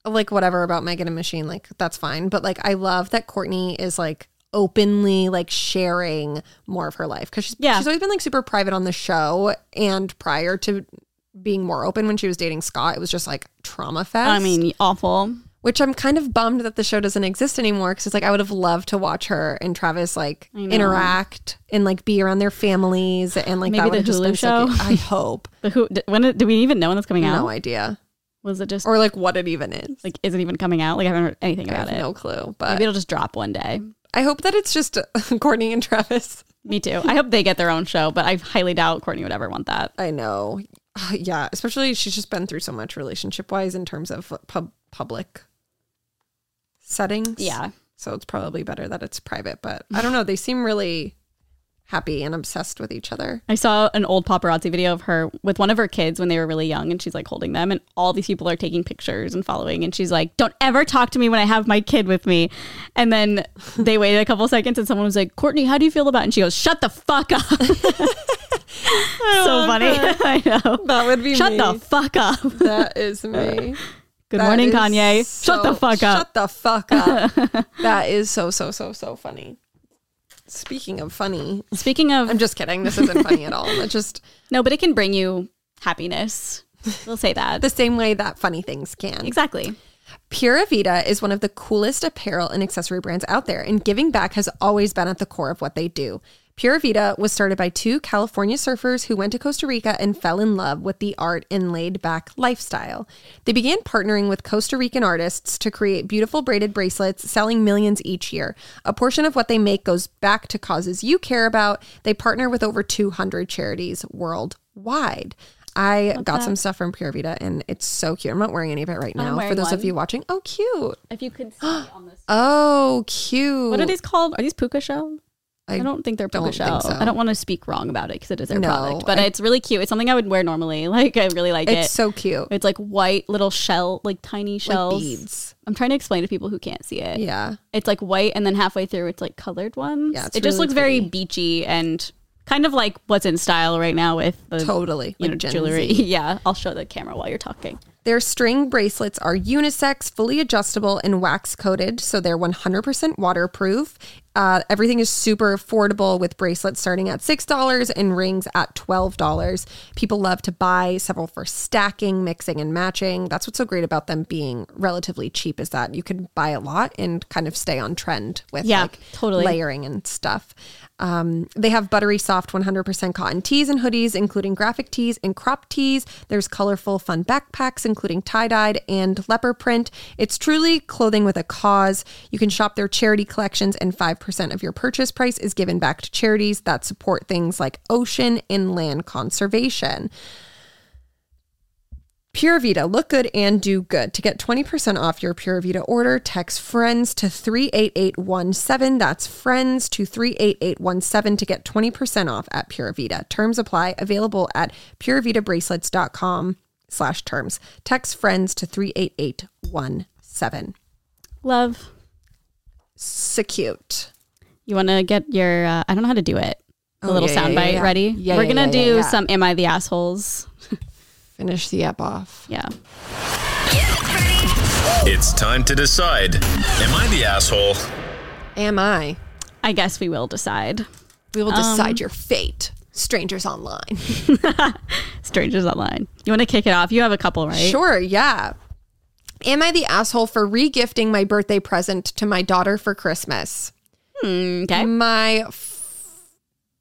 A: like whatever about Megan and Machine, like that's fine. But like I love that Courtney is like openly like sharing more of her life because she's,
B: Yeah.
A: she's always been like super private on the show and prior to being more open when she was dating Scott, it was just like trauma fest.
B: I mean, awful.
A: which I'm kind of bummed that the show doesn't exist anymore because it's like I would have loved to watch her and Travis like
B: I know.
A: interact and like be around their families and like
B: Maybe
A: that would
B: the
A: have just
B: Hulu
A: been so
B: show?
A: cute. I hope.
B: The who? d- When do we even know when that's coming out?
A: No idea.
B: Was it just
A: Or like what it even is.
B: like isn't even coming out? Like I haven't heard anything
A: I
B: about
A: have
B: it.
A: no clue. But
B: Maybe it'll just drop one day.
A: I hope that it's just Courtney and Travis.
B: Me too. I hope they get their own show, but I highly doubt Courtney would ever want that.
A: I know. Yeah, especially she's just been through so much relationship wise in terms of pub- public settings.
B: Yeah.
A: So it's probably better that it's private, but I don't know. They seem really happy and obsessed with each other.
B: I saw an old paparazzi video of her with one of her kids when they were really young, and she's like holding them, and all these people are taking pictures and following. And she's like, Don't ever talk to me when I have my kid with me. And then they waited a couple seconds, and someone was like, Courtney, how do you feel about it? And she goes, Shut the fuck up. so funny. I know.
A: That would be
B: Shut
A: me.
B: the fuck up.
A: that is me.
B: Good
A: That
B: morning,
A: is
B: Kanye.
A: so-
B: Shut the fuck up.
A: Shut the fuck up. that is so so so so funny. Speaking of funny,
B: Speaking of
A: I'm just kidding. This isn't funny at all. It just
B: No, but it can bring you happiness. We'll say that.
A: the same way that funny things can.
B: exactly.
A: Pura Vida is one of the coolest apparel and accessory brands out there, and giving back has always been at the core of what they do. Pura Vida was started by two California surfers who went to Costa Rica and fell in love with the art and laid back lifestyle. They began partnering with Costa Rican artists to create beautiful braided bracelets, selling millions each year. A portion of what they make goes back to causes you care about. They partner with over 200 charities worldwide. I got some stuff from Pura Vida and it's so cute. I'm not wearing any of it right now. For
B: wearing
A: those of
B: one.
A: you watching, oh, cute.
B: If you could see on this.
A: Oh, cute.
B: What are these called? Are these puka shell?
A: I
B: I don't think they're puka
A: don't think
B: shell.
A: so.
B: I don't want to speak wrong about it because it is their
A: No,
B: product, but
A: I-
B: it's really cute. It's something I would wear normally. Like I really like
A: It's
B: it.
A: so cute.
B: it's like white little shell, like tiny shells.
A: beads.
B: I'm trying to explain to people who can't see it.
A: Yeah.
B: It's like white, and then halfway through, it's like colored ones.
A: Yeah, it's
B: it just
A: really
B: looks very beachy and kind of like what's in style right now with the
A: Totally.
B: you know,
A: Like Gen
B: jewelry.
A: Z.
B: Yeah, I'll show the camera while you're talking.
A: Their string bracelets are unisex, fully adjustable, and wax coated, so they're 100% waterproof. Uh, everything is super affordable with bracelets starting at $6 and rings at $12. People love to buy several for stacking, mixing, and matching. That's what's so great about them being relatively cheap is that you can buy a lot and kind of stay on trend with
B: Yeah,
A: like
B: totally.
A: layering and stuff. Um, they have buttery soft 100% cotton tees and hoodies, including graphic tees and crop tees. There's colorful, fun backpacks, including tie dyed and leopard print. It's truly clothing with a cause. You can shop their charity collections, and 5% of your purchase price is given back to charities that support things like ocean and land conservation. Pure Vita, look good and do good. To get 20% off your Pure Vita order, text friends to 38817. That's friends to 38817 to get 20% off at Pure Vita. Terms apply. Available at purevitabracelets.com slash terms. Text friends to 38817.
B: Love,
A: So cute.
B: you want to get your? Uh, I don't know how to do it. The
A: Oh,
B: little soundbite
A: yeah, yeah, yeah, yeah.
B: ready.
A: Yeah,
B: We're
A: yeah,
B: gonna
A: yeah,
B: do
A: yeah, yeah.
B: some. Am I the assholes?
A: Finish the app off.
B: Yeah.
C: It's time to decide. Am I the asshole?
A: Am I?
B: I guess we will decide.
A: We will decide your fate. Strangers online.
B: Strangers online. You want to kick it off? You have a couple, right?
A: Sure, yeah. Am I the asshole for regifting my birthday present to my daughter for Christmas?
B: Hmm, Okay.
A: My f-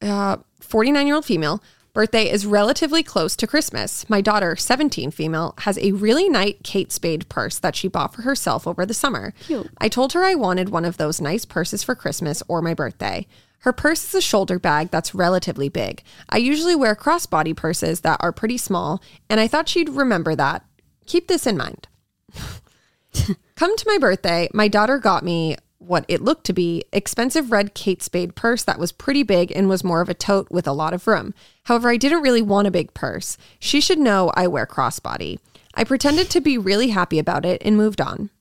A: uh, 49 year old female birthday is relatively close to Christmas. My daughter, 17 female, has a really nice Kate Spade purse that she bought for herself over the summer.
B: Cute.
A: I told her I wanted one of those nice purses for Christmas or my birthday. Her purse is a shoulder bag that's relatively big. I usually wear crossbody purses that are pretty small, and I thought she'd remember that. Keep this in mind. Come to my birthday, my daughter got me what it looked to be expensive red Kate Spade purse that was pretty big and was more of a tote with a lot of room. However, I didn't really want a big purse. She should know I wear crossbody. I pretended to be really happy about it and moved on.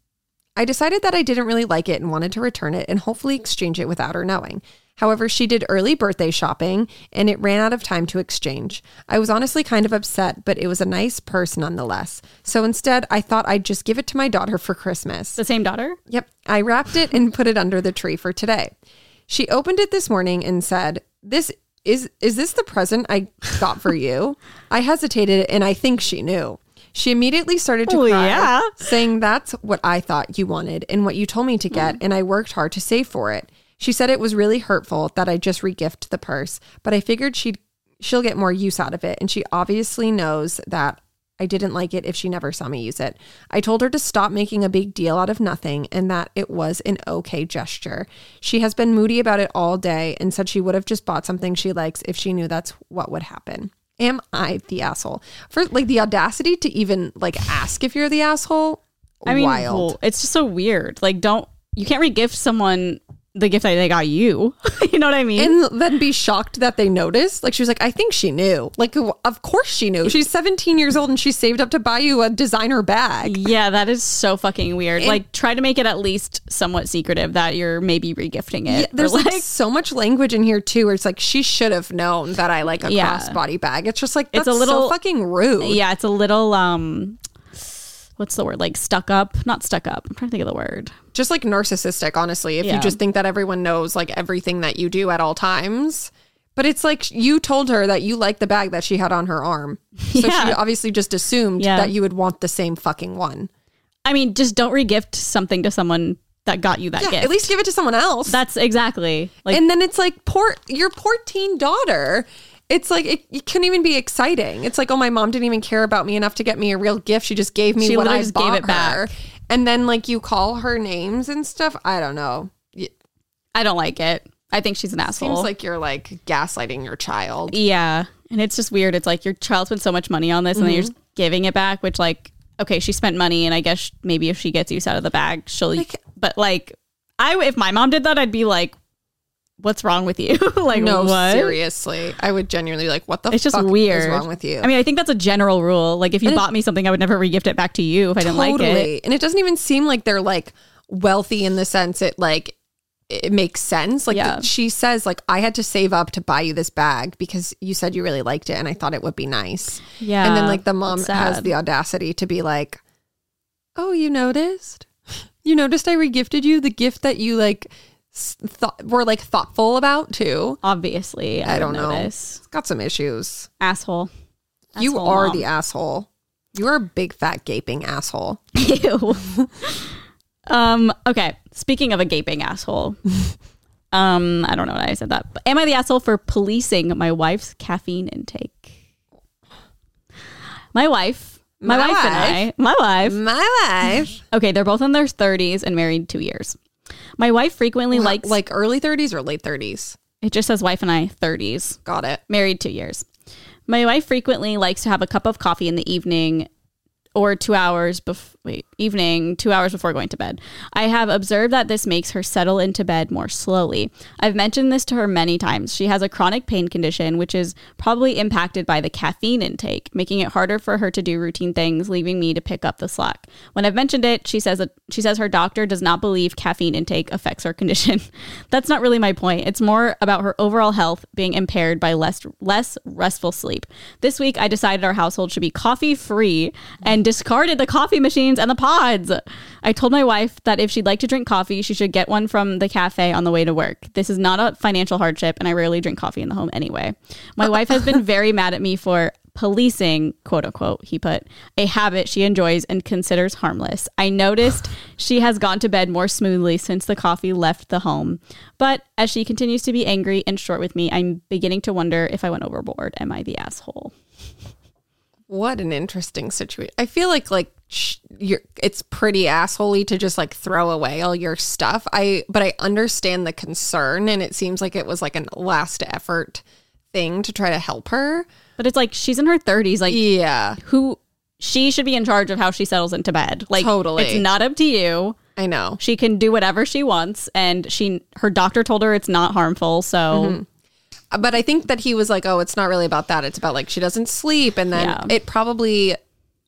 A: I decided that I didn't really like it and wanted to return it and hopefully exchange it without her knowing. However, she did early birthday shopping and it ran out of time to exchange. I was honestly kind of upset, but it was a nice purse nonetheless. So instead, I thought I'd just give it to my daughter for Christmas.
B: The same daughter.
A: Yep. I wrapped it and put it under the tree for today. She opened it this morning and said, "This is is this the present I got for you?" I hesitated and I think she knew. She immediately started to
B: Well,
A: cry,
B: yeah.
A: saying, "That's what I thought you wanted and what you told me to get and I worked hard to save for it." She said it was really hurtful that I just regift the purse, but I figured she'd she'll get more use out of it and she obviously knows that I didn't like it if she never saw me use it. I told her to stop making a big deal out of nothing and that it was an okay gesture. She has been moody about it all day and said she would have just bought something she likes if she knew that's what would happen. Am I the asshole? For like the audacity to even like ask if you're the asshole?
B: I mean,
A: wild.
B: well, it's just so weird. Like, don't you can't regift someone the gift that they got you. you know what I mean?
A: and then be shocked that they noticed. Like she was like, I think she knew. Like w- of course she knew. She's 17 years old and she saved up to buy you a designer bag.
B: yeah, that is so fucking weird. like, try to make it at least somewhat secretive that you're maybe regifting it.
A: Yeah, there's
B: Or,
A: like, so much language in here too, where it's like she should have known that I like a
B: Yeah.
A: crossbody bag. It's just like
B: It's
A: that's
B: a
A: so
B: little-
A: fucking rude.
B: yeah, it's a little um, what's the word? Like stuck up, not stuck up. I'm trying to think of the word.
A: Just like narcissistic, honestly. If you
B: Yeah.
A: just think that everyone knows like everything that you do at all times. But it's like you told her that you liked the bag that she had on her arm. So she
B: Yeah.
A: obviously just assumed
B: Yeah.
A: that you would want the same fucking one.
B: I mean, just don't regift something to someone that got you that
A: Yeah,
B: gift.
A: at least give it to someone else.
B: that's exactly like
A: and then it's like poor your poor teen daughter. It's like it, it couldn't even be exciting. It's like, oh, my mom didn't even care about me enough to get me a real gift. She just gave me
B: She
A: what
B: literally
A: I
B: just
A: bought
B: gave it
A: her.
B: back.
A: And then like you call her names and stuff. I don't know. It
B: I don't like it. I think she's an asshole.
A: seems like you're like gaslighting your child.
B: yeah, and it's just weird. It's like your child spent so much money on this, and
A: Mm-hmm.
B: then you're just giving it back. Which like, okay, she spent money, and I guess maybe if she gets use out of the bag, she'll.
A: Like-
B: but like, I if my mom did that, I'd be like, "What's wrong with you?" like,
A: No,
B: what?
A: seriously, I would genuinely be like, what the?
B: It's just
A: fuck
B: weird.
A: Is wrong with you?
B: I mean, I think that's a general rule. Like, if you bought me something, I would never regift it back to you if I didn't like it.
A: And it doesn't even seem like they're like wealthy in the sense it like it makes sense. Like
B: Yeah.
A: the- she says, like I had to save up to buy you this bag because you said you really liked it and I thought it would be nice.
B: Yeah,
A: and then like the mom
B: that's
A: has
B: sad.
A: the audacity to be like, "Oh, you noticed? You noticed I regifted you the gift that you like." s- Thought, were like thoughtful about too.
B: Obviously, I,
A: I
B: don't
A: don't
B: know
A: know.
B: this
A: It's got some issues.
B: asshole.
A: you
B: Asshole
A: are
B: mom.
A: the asshole. You are a big fat gaping asshole.
B: Ew. um, okay. Speaking of a gaping asshole. Um, I don't know why I said that. But am I the asshole for policing my wife's caffeine intake? My wife. My,
A: My
B: wife, and I. My wife.
A: My life.
B: Okay, they're both in their 30s and married 2 years. My wife frequently likes
A: like early 30s or late 30s.
B: it just says wife and I 30s.
A: Got it.
B: married two years. My wife frequently likes to have a cup of coffee in the evening or two hours before wait evening two hours before going to bed i have observed that this makes her settle into bed more slowly i've mentioned this to her many times she has a chronic pain condition which is probably impacted by the caffeine intake making it harder for her to do routine things leaving me to pick up the slack when i've mentioned it she says that she says her doctor does not believe caffeine intake affects her condition that's not really my point it's more about her overall health being impaired by less less restful sleep this week i decided our household should be coffee free and discarded the coffee machines and the pods. I told my wife that if she'd like to drink coffee, she should get one from the cafe on the way to work. This is not a financial hardship, and I rarely drink coffee in the home anyway. My wife has been very mad at me for policing, quote unquote, he put, a habit she enjoys and considers harmless. I noticed she has gone to bed more smoothly since the coffee left the home. But as she continues to be angry and short with me, I'm beginning to wonder if I went overboard. Am I the asshole?
A: What an interesting situation. I feel like like sh- you're it's pretty assholey to just like throw away all your stuff. I but I understand the concern and it seems like it was like an last effort thing to try to help her.
B: But it's like she's in her 30s. Like,
A: Yeah.
B: who she should be in charge of how she settles into bed. Like
A: Totally.
B: it's not up to you.
A: I know.
B: She can do whatever she wants and she her doctor told her it's not harmful, so
A: Mm-hmm. But I think that he was like, "Oh, it's not really about that. It's about like she doesn't sleep and then
B: Yeah.
A: it probably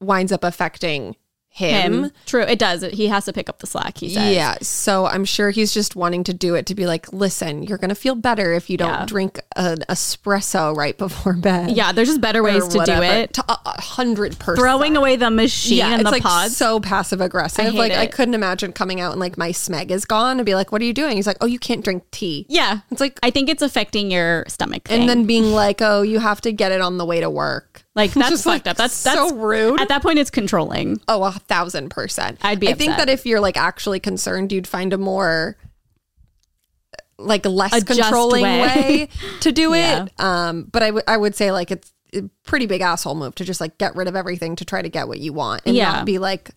A: winds up affecting him.
B: him. True, it does. He has to pick up the slack, he says.
A: Mm-hmm. Yeah. So I'm sure he's just wanting to do it to be like, listen, you're going to feel better if you don't
B: Yeah.
A: drink an espresso right before bed.
B: Yeah, there's just better
A: or
B: ways to do
A: whatever.
B: it.
A: To a- a hundred percent.
B: Throwing away the machine
A: yeah,
B: and
A: it's
B: the
A: like
B: pods.
A: so passive aggressive.
B: I hate
A: like I
B: it.
A: couldn't imagine coming out and like my smeg is gone and be like, "What are you doing?" He's like, "Oh, you can't drink tea."
B: yeah.
A: It's like,
B: I think it's affecting your stomach thing.
A: and then being like, "Oh, you have to get it on the way to work."
B: like that's
A: Just,
B: fucked
A: like,
B: up. That's that's
A: so rude.
B: At that point it's controlling.
A: Oh, a thousand percent.
B: I'd be
A: I think
B: upset.
A: that if you're like actually concerned, you'd find a more like less
B: A just
A: controlling
B: way.
A: way. to do
B: Yeah.
A: it. Um, but I would I would say like it's a pretty big asshole move to just like get rid of everything to try to get what you want and
B: Yeah.
A: not be like.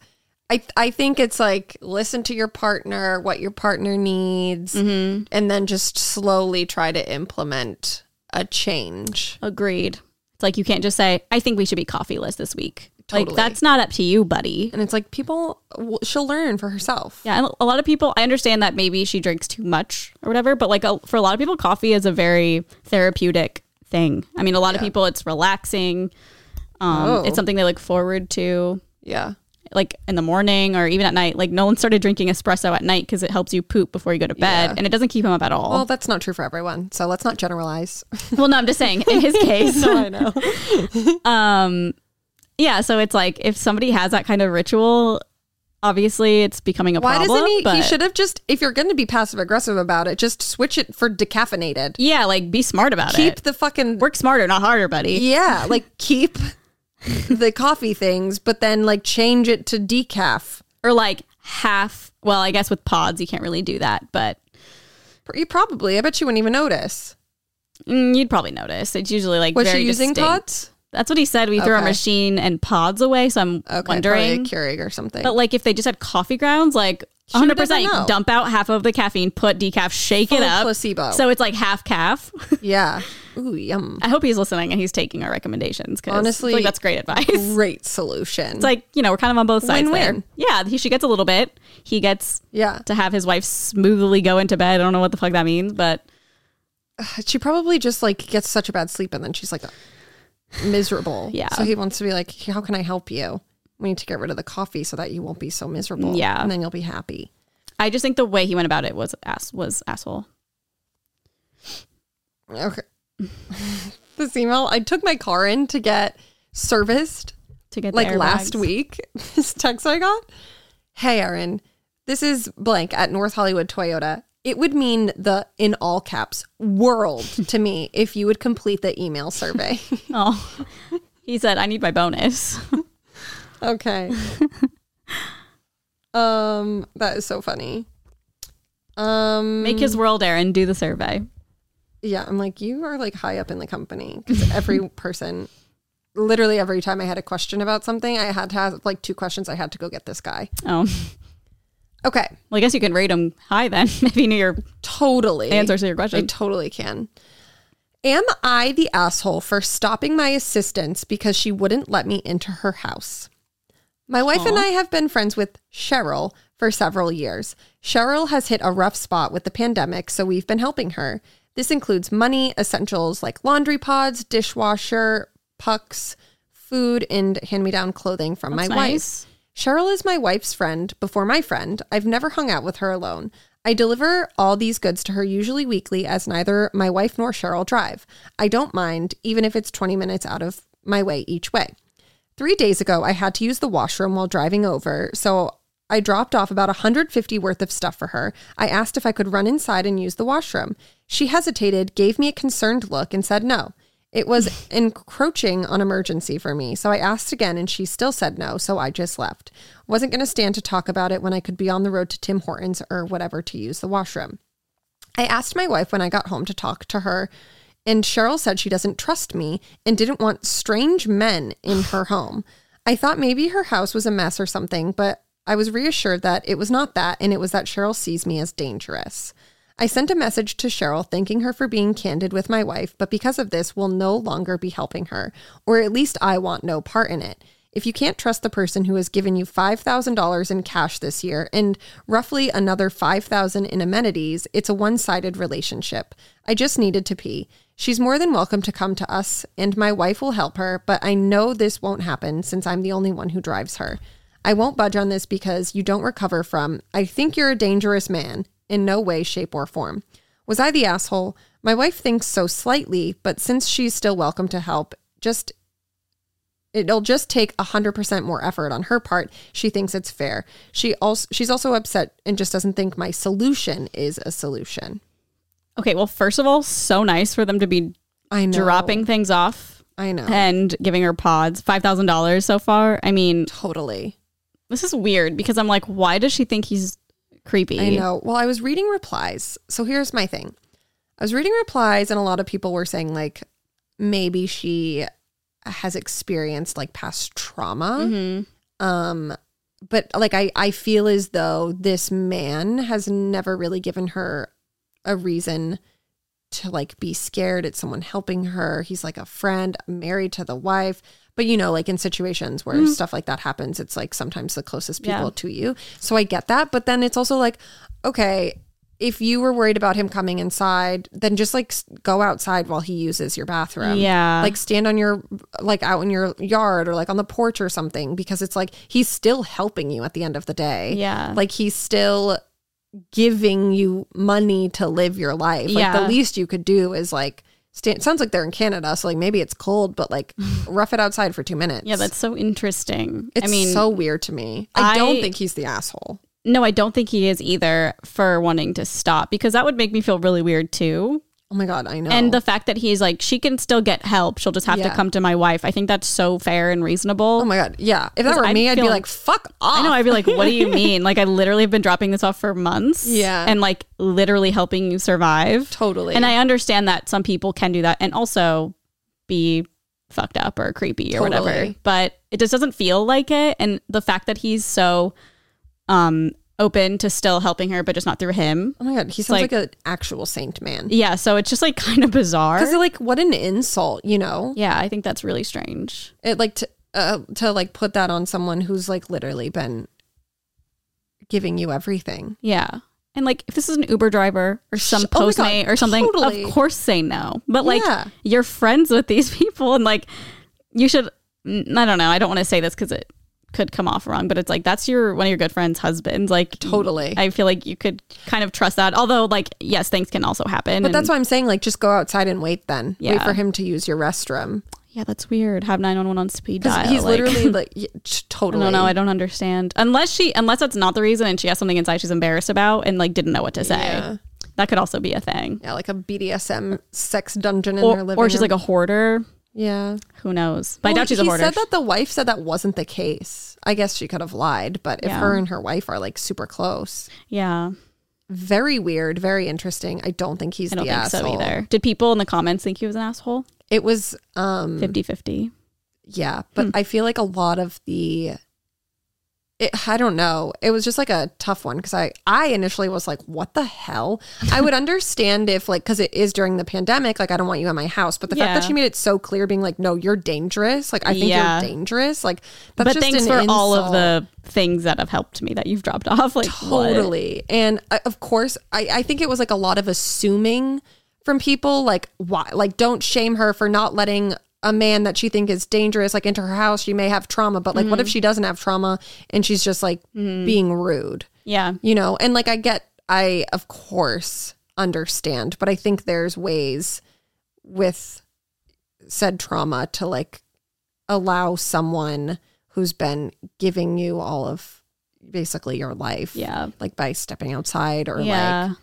A: I I think it's like listen to your partner, what your partner needs,
B: Mm-hmm.
A: and then just slowly try to implement a change.
B: Agreed. It's like you can't just say, I think we should be coffeeless this week. Like
A: Totally.
B: that's not up to you, buddy.
A: And it's like people, w- she'll learn for herself.
B: Yeah, and a lot of people. I understand that maybe she drinks too much or whatever, but like a, for a lot of people, coffee is a very therapeutic thing. I mean, a lot of people, it's relaxing. Um,
A: Oh.
B: It's something they look forward to,
A: Yeah.
B: like in the morning or even at night. Like Nolan started drinking espresso at night because it helps you poop before you go to bed, and it doesn't keep him up at all.
A: Well,
B: Well,
A: that's not true for everyone. So let's not generalize.
B: no, I'm just saying in his case.
A: I know.
B: yeah, so it's like if somebody has that kind of ritual, obviously it's becoming a
A: Why
B: problem.
A: doesn't he? He
B: but-
A: should have just, if you're going to be passive aggressive about it, just switch it for decaffeinated.
B: Yeah, like be smart about
A: Keep
B: it.
A: the fucking,
B: Work smarter, not harder, buddy.
A: yeah, like keep the coffee things, but then like change it to decaf.
B: or like half. Well, I guess with pods you can't really do that, but
A: Pr- You probably. I bet you wouldn't even notice.
B: mm, you'd probably notice. It's usually like
A: Was
B: very
A: she using
B: distinct.
A: tots?
B: That's what he said. We threw our
A: Okay.
B: machine and pods away, so I'm
A: Okay,
B: wondering.
A: probably a Keurig or something.
B: But like if they just had coffee grounds, like
A: Sure
B: 100
A: doesn't
B: percent you
A: know.
B: dump out half of the caffeine, put decaf, shake it
A: Full
B: up.
A: placebo.
B: So it's like half calf.
A: yeah. Ooh, yum.
B: I hope he's listening and he's taking our recommendations because
A: Honestly,
B: like, that's great advice. It's
A: Great solution.
B: like, you know, we're kind of on both sides
A: Win-win.
B: there. Yeah, he, she gets a little bit. He gets
A: yeah.
B: to have his wife smoothly go into bed. I don't know what the fuck that means, but
A: She probably just like gets such a bad sleep and then she's like miserable.
B: Yeah.
A: So he wants to be like, how can I help you? We need to get rid of the coffee so that you won't be so miserable.
B: Yeah.
A: And then you'll be happy.
B: I just think the way he went about it was ass was asshole.
A: Okay. this email, I took my car in to get serviced
B: To get the
A: like last
B: airbags.
A: week. This text I got Hey, Erin, this is blank at North Hollywood Toyota. It would mean the, in all caps, world to me if you would complete the email survey.
B: Oh, he said, "I need my bonus."
A: Okay. um, that is so funny. Um,
B: Make his world, Aaron. Do the survey.
A: yeah, I'm like, you are like high up in the company because every person, literally every time I had a question about something, I had to have like two questions. I had to go get this guy.
B: Oh,
A: Okay,
B: well, I guess you can rate him high then. if you knew your
A: totally.
B: answers to
A: I
B: your question.
A: totally can. Am I the asshole for stopping my assistants because she wouldn't let me into her house? My wife and I have been friends with Cheryl for several years. Cheryl has hit a rough spot with the pandemic, so we've been helping her. This includes money, essentials like laundry pods, dishwasher, pucks, food, and hand me down clothing from my wife.
B: Nice.
A: Cheryl is my wife's friend before my friend. I've never hung out with her alone. I deliver all these goods to her usually weekly as neither my wife nor Cheryl drive. I don't mind, even if it's 20 minutes out of my way each way. Three days ago, I had to use the washroom while driving over, so I dropped off about 150 worth of stuff for her. I asked if I could run inside and use the washroom. She hesitated, gave me a concerned look, and said no. It was encroaching on emergency for me, so I asked again, and she still said no, so I just left. Wasn't going to stand to talk about it when I could be on the road to Tim Hortons or whatever to use the washroom. I asked my wife when I got home to talk to her, and Cheryl said she doesn't trust me and didn't want strange men in her home. I thought maybe her house was a mess or something, but I was reassured that it was not that, and it was that Cheryl sees me as dangerous. I sent a message to Cheryl thanking her for being candid with my wife, but because of this, will no longer be helping her, or at least I want no part in it. If you can't trust the person who has given you $5,000 in cash this year and roughly another 5,000 in amenities, it's a one-sided relationship. I just needed to pee. She's more than welcome to come to us and my wife will help her, but I know this won't happen since I'm the only one who drives her. I won't budge on this because you don't recover from I think you're a dangerous man in no way shape or form. Was I the asshole? My wife thinks so slightly, but since she's still welcome to help, just it'll just take 100% more effort on her part she thinks it's fair she also she's also upset and just doesn't think my solution is a solution
B: Okay, well, first of all, so nice for them to be
A: i know
B: dropping things off
A: i know
B: and giving her pods. Five thousand dollars so far. I mean,
A: totally
B: this is weird because I'm like, why does she think he's creepy?
A: I know. Well, I was reading replies. So here's my thing. I was reading replies and a lot of people were saying like maybe she has experienced like past trauma. Um but like I I feel as though this man has never really given her a reason to like be scared at someone helping her. He's like a friend, married to the wife. But you know, like in situations where stuff like that happens, it's like sometimes the closest people
B: Mm-hmm. Yeah.
A: to you. So I get that. But then it's also like, okay, if you were worried about him coming inside, then just like s- go outside while he uses your bathroom.
B: Yeah.
A: Like stand on your, like out in your yard or like on the porch or something because it's like he's still helping you at the end of the day.
B: Yeah.
A: Like he's still giving you money to live your life. Like
B: Yeah.
A: the least you could do is like stand sounds like they're in Canada, so like maybe it's cold, but like rough it outside for two minutes.
B: Yeah, that's so interesting.
A: it's
B: I mean,
A: so weird to me. I, don't
B: I-
A: think he's the asshole.
B: no, I don't think he is either for wanting to stop because that would make me feel really weird too.
A: Oh my god, I know.
B: And the fact that he's like, she can still get help. She'll just have
A: Yeah.
B: to come to my wife. I think that's so fair and reasonable.
A: oh my god, yeah. If that were
B: I'd
A: me, I'd be
B: feel-
A: like, fuck off.
B: I know. I'd be like, what do you mean? Like, I literally have been dropping this off for months.
A: Yeah.
B: And like literally helping you survive.
A: totally.
B: And I understand that some people can do that and also be fucked up or creepy or whatever.
A: Totally.
B: But it just doesn't feel like it. And the fact that he's so um open to still helping her, but just not through him.
A: oh my god, he sounds like,
B: like-
A: an actual saint man.
B: Yeah. So it's just like kind of bizarre.
A: Because like, what an insult, you know?
B: Yeah, I think that's really strange.
A: It like to uh, to like put that on someone who's like literally been giving you everything.
B: Yeah. And like if this is an Uber driver or some
A: Sh- oh my God,
B: postmate or something,
A: totally.
B: of course say no. But like
A: Yeah.
B: you're friends with these people and like you should mm, I don't know, I don't want to say this cuz it could come off wrong, but it's like that's your one of your good friends' husbands. Like
A: Totally.
B: I feel like you could kind of trust that. Although like yes, things can also happen.
A: But that's
B: and-
A: why I'm saying like just go outside and wait then. Wait
B: Yeah.
A: for him to use your restroom.
B: Yeah, that's weird. Have 911 on speed
A: 'Cause
B: dial.
A: he's
B: like-
A: literally like y- t-
B: I
A: totally.
B: don't know. I don't understand. Unless she, unless that's not the reason, and she has something inside she's embarrassed about, and like didn't know what to say.
A: Yeah.
B: That could also be a thing.
A: yeah, like a BDSM sex dungeon in their
B: Or,
A: living
B: or she's
A: room.
B: like a hoarder.
A: yeah.
B: Who knows? But I
A: Well,
B: doubt she's a
A: he
B: hoarder.
A: said that the wife said that wasn't the case. I guess she could have lied, but if
B: Yeah.
A: her and her wife are like super close,
B: yeah,
A: very weird, very interesting. I don't think he's
B: I don't
A: the
B: think
A: asshole.
B: so either. Did people in the comments think he was an asshole?
A: It was um
B: 50 50.
A: yeah, but
B: Hmm.
A: I feel like a lot of the it, I don't know. It was just like a tough one because I I initially was like, what the hell? I would understand if like because it is during the pandemic, like I don't want you in my house. But the fact that
B: Yeah.
A: she made it so clear, being like, no, you're dangerous. Like I think
B: Yeah.
A: you're dangerous. Like that's
B: But
A: just
B: thanks
A: an
B: for all of
A: insult.
B: the things that have helped me that you've dropped off. Like, what?
A: Totally. And uh, of course, I, I think it was like a lot of assuming from people, like why, like don't shame her for not letting a man that she think is dangerous like into her house. She may have trauma, but like, what if
B: Mm-hmm.
A: she doesn't have trauma and she's just like being rude,
B: Yeah.
A: you know? And like, I get, I of course understand, but I think there's ways with said trauma to like allow someone who's been giving you all of basically your life
B: Yeah.
A: like by stepping outside or
B: Yeah.
A: like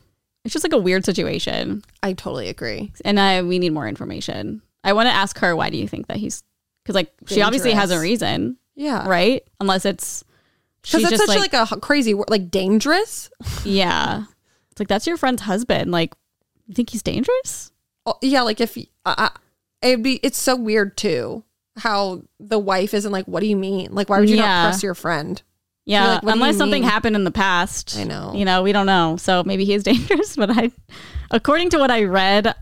B: it's just like a weird situation.
A: I totally agree.
B: and I we need more information. I want to ask her why do you think that he's because like she obviously has a
A: Dangerous.
B: reason,
A: Yeah.
B: right? Unless it's
A: Cuz
B: she's
A: that's
B: just
A: such
B: like,
A: like, a h- crazy word like dangerous?
B: yeah, it's like that's your friend's husband. Like you think he's dangerous?
A: Oh, yeah, like if y- I, I- it'd be it's so weird too how the wife isn't like what do you mean? Like why would you
B: Yeah.
A: not press your friend?
B: Yeah,
A: like, what do you
B: unless something
A: mean?
B: happened in the past.
A: I know.
B: You know, we don't know. So maybe he is dangerous, but I, according to what I read,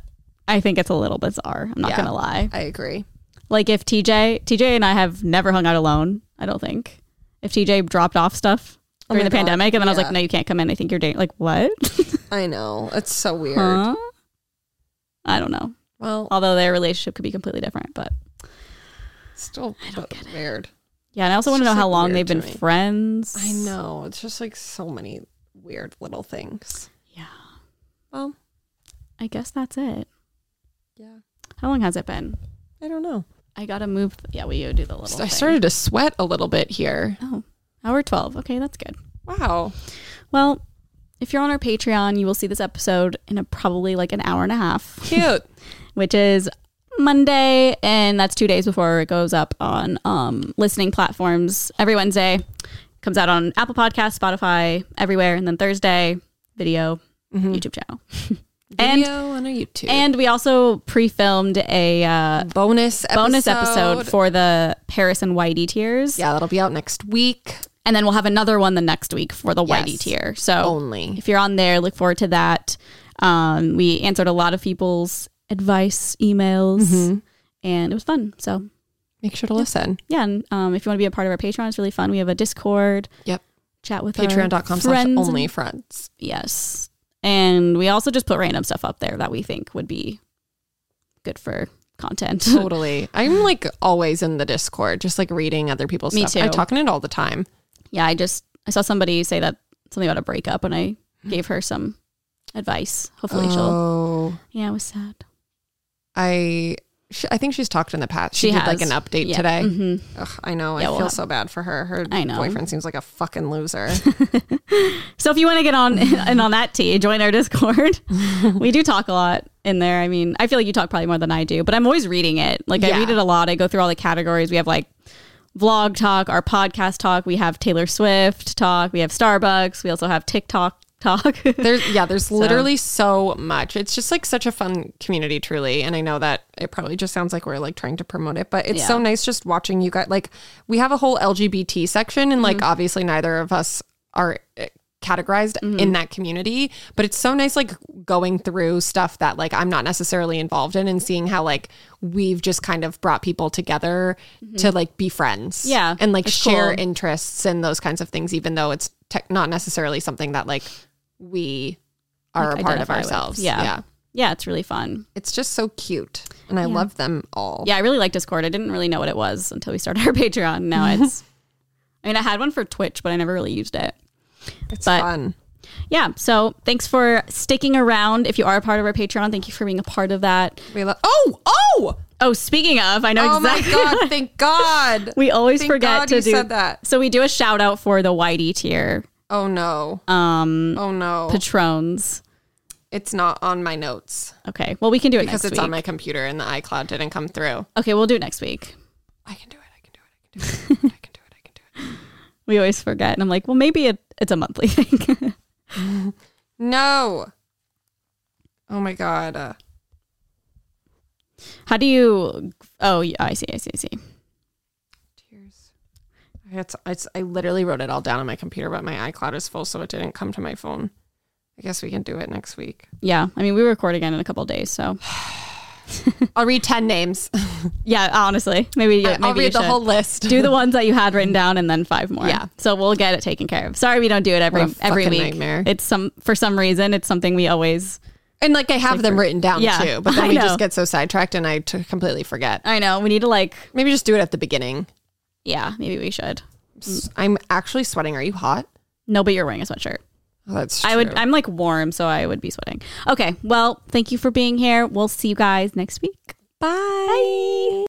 B: I think it's a little bizarre. I'm not
A: Yeah.
B: gonna lie.
A: I agree.
B: Like if TJ, TJ and I have never hung out alone. I don't think if TJ dropped off stuff
A: Oh
B: during
A: my
B: the
A: God,
B: pandemic, and then I was
A: yeah.
B: like, no, you can't come in. I think you're dating. Like what?
A: I know. It's so weird.
B: Huh? I don't know.
A: Well,
B: Although their relationship could be completely different, but
A: still but weird.
B: yeah. And I also want to know
A: just,
B: how
A: like,
B: long
A: weird
B: they've been
A: to me.
B: friends.
A: I know. It's just like so many weird little things.
B: Yeah.
A: Well,
B: I guess that's it.
A: yeah.
B: How long has it been?
A: I don't know.
B: I gotta move. Yeah, we do the little.
A: I
B: thing.
A: started to sweat a little bit here.
B: Oh, hour twelve. Okay, that's good.
A: Wow.
B: Well, if you're on our Patreon, you will see this episode in a probably like an hour and a half.
A: Cute.
B: which is Monday, and that's two days before it goes up on um, listening platforms every Wednesday. Comes out on Apple Podcasts, Spotify, everywhere, and then Thursday, video,
A: Mm-hmm.
B: YouTube channel. And-
A: Video on our YouTube.
B: And we also pre-filmed a uh,
A: bonus episode.
B: bonus episode for the Paris and Whitey tiers,
A: yeah, that'll be out next week
B: and then we'll have another one the next week for the Whitey
A: Yes. Oh.
B: tier. So
A: only.
B: if you're on there, look forward to that. Um, we answered a lot of people's advice emails,
A: Mm-hmm.
B: and it was fun. So
A: Make sure to listen.
B: yeah, and um, if you want to be a part of our Patreon, it's really fun. We have a Discord,
A: Yep.
B: chat with our
A: Patreon.com slash
B: friends.
A: only friends.
B: Yes, and we also just put random stuff up there that we think would be good for content.
A: Totally. I'm like always in the Discord, just like reading other people's
B: Me
A: stuff. I
B: too.
A: talk in it all the time.
B: yeah, I just I saw somebody say that something about a breakup, and I gave her some advice. Hopefully, she'll.
A: Oh,
B: Yeah, it was sad.
A: I. She, I think she's talked in the past. She,
B: She
A: did
B: has.
A: like an update
B: Yeah.
A: today.
B: Mhm.
A: Ugh, I know.
B: Yeah,
A: I
B: we'll
A: feel
B: have-
A: so bad for her. Her
B: I know.
A: boyfriend seems like a fucking loser.
B: So if you want to get on and on that tea, join our Discord. we do talk a lot. in there. I mean, I feel like you talk probably more than I do, but I'm always reading it. Like I
A: Yeah.
B: read it a lot. I go through all the categories. We have like vlog talk, our podcast talk. We have Taylor Swift talk. We have Starbucks. We also have TikTok talk.
A: There's yeah, there's
B: literally
A: literally so much. It's just like such a fun community, truly. And I know that it probably just sounds like we're like trying to promote it, but it's so
B: Yeah.
A: nice just watching you guys. Like we have a whole LGBT section, and like obviously neither of us are eh, categorized in that community, but it's so nice like going through stuff that like I'm not necessarily involved in and seeing how like we've just kind of brought people together to like be friends,
B: Yeah,
A: and like
B: it's
A: share
B: cool.
A: interests and those kinds of things, even though it's tech not necessarily something that like we are
B: Like,
A: a part of
B: identify with.
A: ourselves.
B: Yeah. yeah, it's really fun.
A: It's just so cute. And I love them all.
B: Yeah, I really like Discord. I didn't really know what it was until we started our Patreon. Now it's, I mean, I had one for Twitch, but I never really used it.
A: It's
B: but-
A: fun.
B: Yeah. So thanks for sticking around. If you are a part of our Patreon, thank you for being a part of that.
A: We love Oh, oh,
B: Oh, speaking of, I know
A: oh
B: exactly.
A: my god, thank God.
B: We always
A: Thank
B: forget
A: God
B: to
A: you
B: do
A: said that.
B: So we do a shout out for the whitey tier
A: oh no.
B: um
A: oh no.
B: patrons.
A: it's not on my notes
B: Okay. Well, we can do it
A: because
B: next
A: it's
B: week.
A: on my computer and the iCloud didn't come through.
B: okay, we'll do it next week.
A: I can do it. I can do it. I can do it. I can do it. I can do it.
B: We always forget, and I'm like, well, maybe it, it's a monthly thing.
A: No. Oh my god. Uh,
B: How do you? Oh, yeah, I see. I see. I see.
A: Tears. It's, it's, I literally wrote it all down on my computer, but my iCloud is full, so it didn't come to my phone. I guess we can do it next week.
B: Yeah. I mean, we record again in a couple of days, so
A: I'll read 10 names.
B: yeah. Honestly, maybe yeah, maybe
A: I'll
B: you
A: read the
B: should.
A: whole list.
B: do the ones that you had written down and then five more.
A: Yeah.
B: So we'll get it taken care of. Sorry we don't do it every
A: What a
B: every
A: fucking
B: week.
A: nightmare.
B: It's some for some reason it's something we always
A: and like I have them written down
B: Yeah,
A: too, but
B: I
A: then we
B: know.
A: just get so sidetracked and I t- completely forget.
B: I know, we need to like
A: Maybe just do it at the beginning.
B: yeah, maybe we should.
A: S- I'm actually sweating. Are you hot?
B: No, but you're wearing a sweatshirt.
A: Oh, that's
B: I would
A: true.
B: I'm like warm, so I would be sweating. Okay. Well, thank you for being here. We'll see you guys next week. Bye.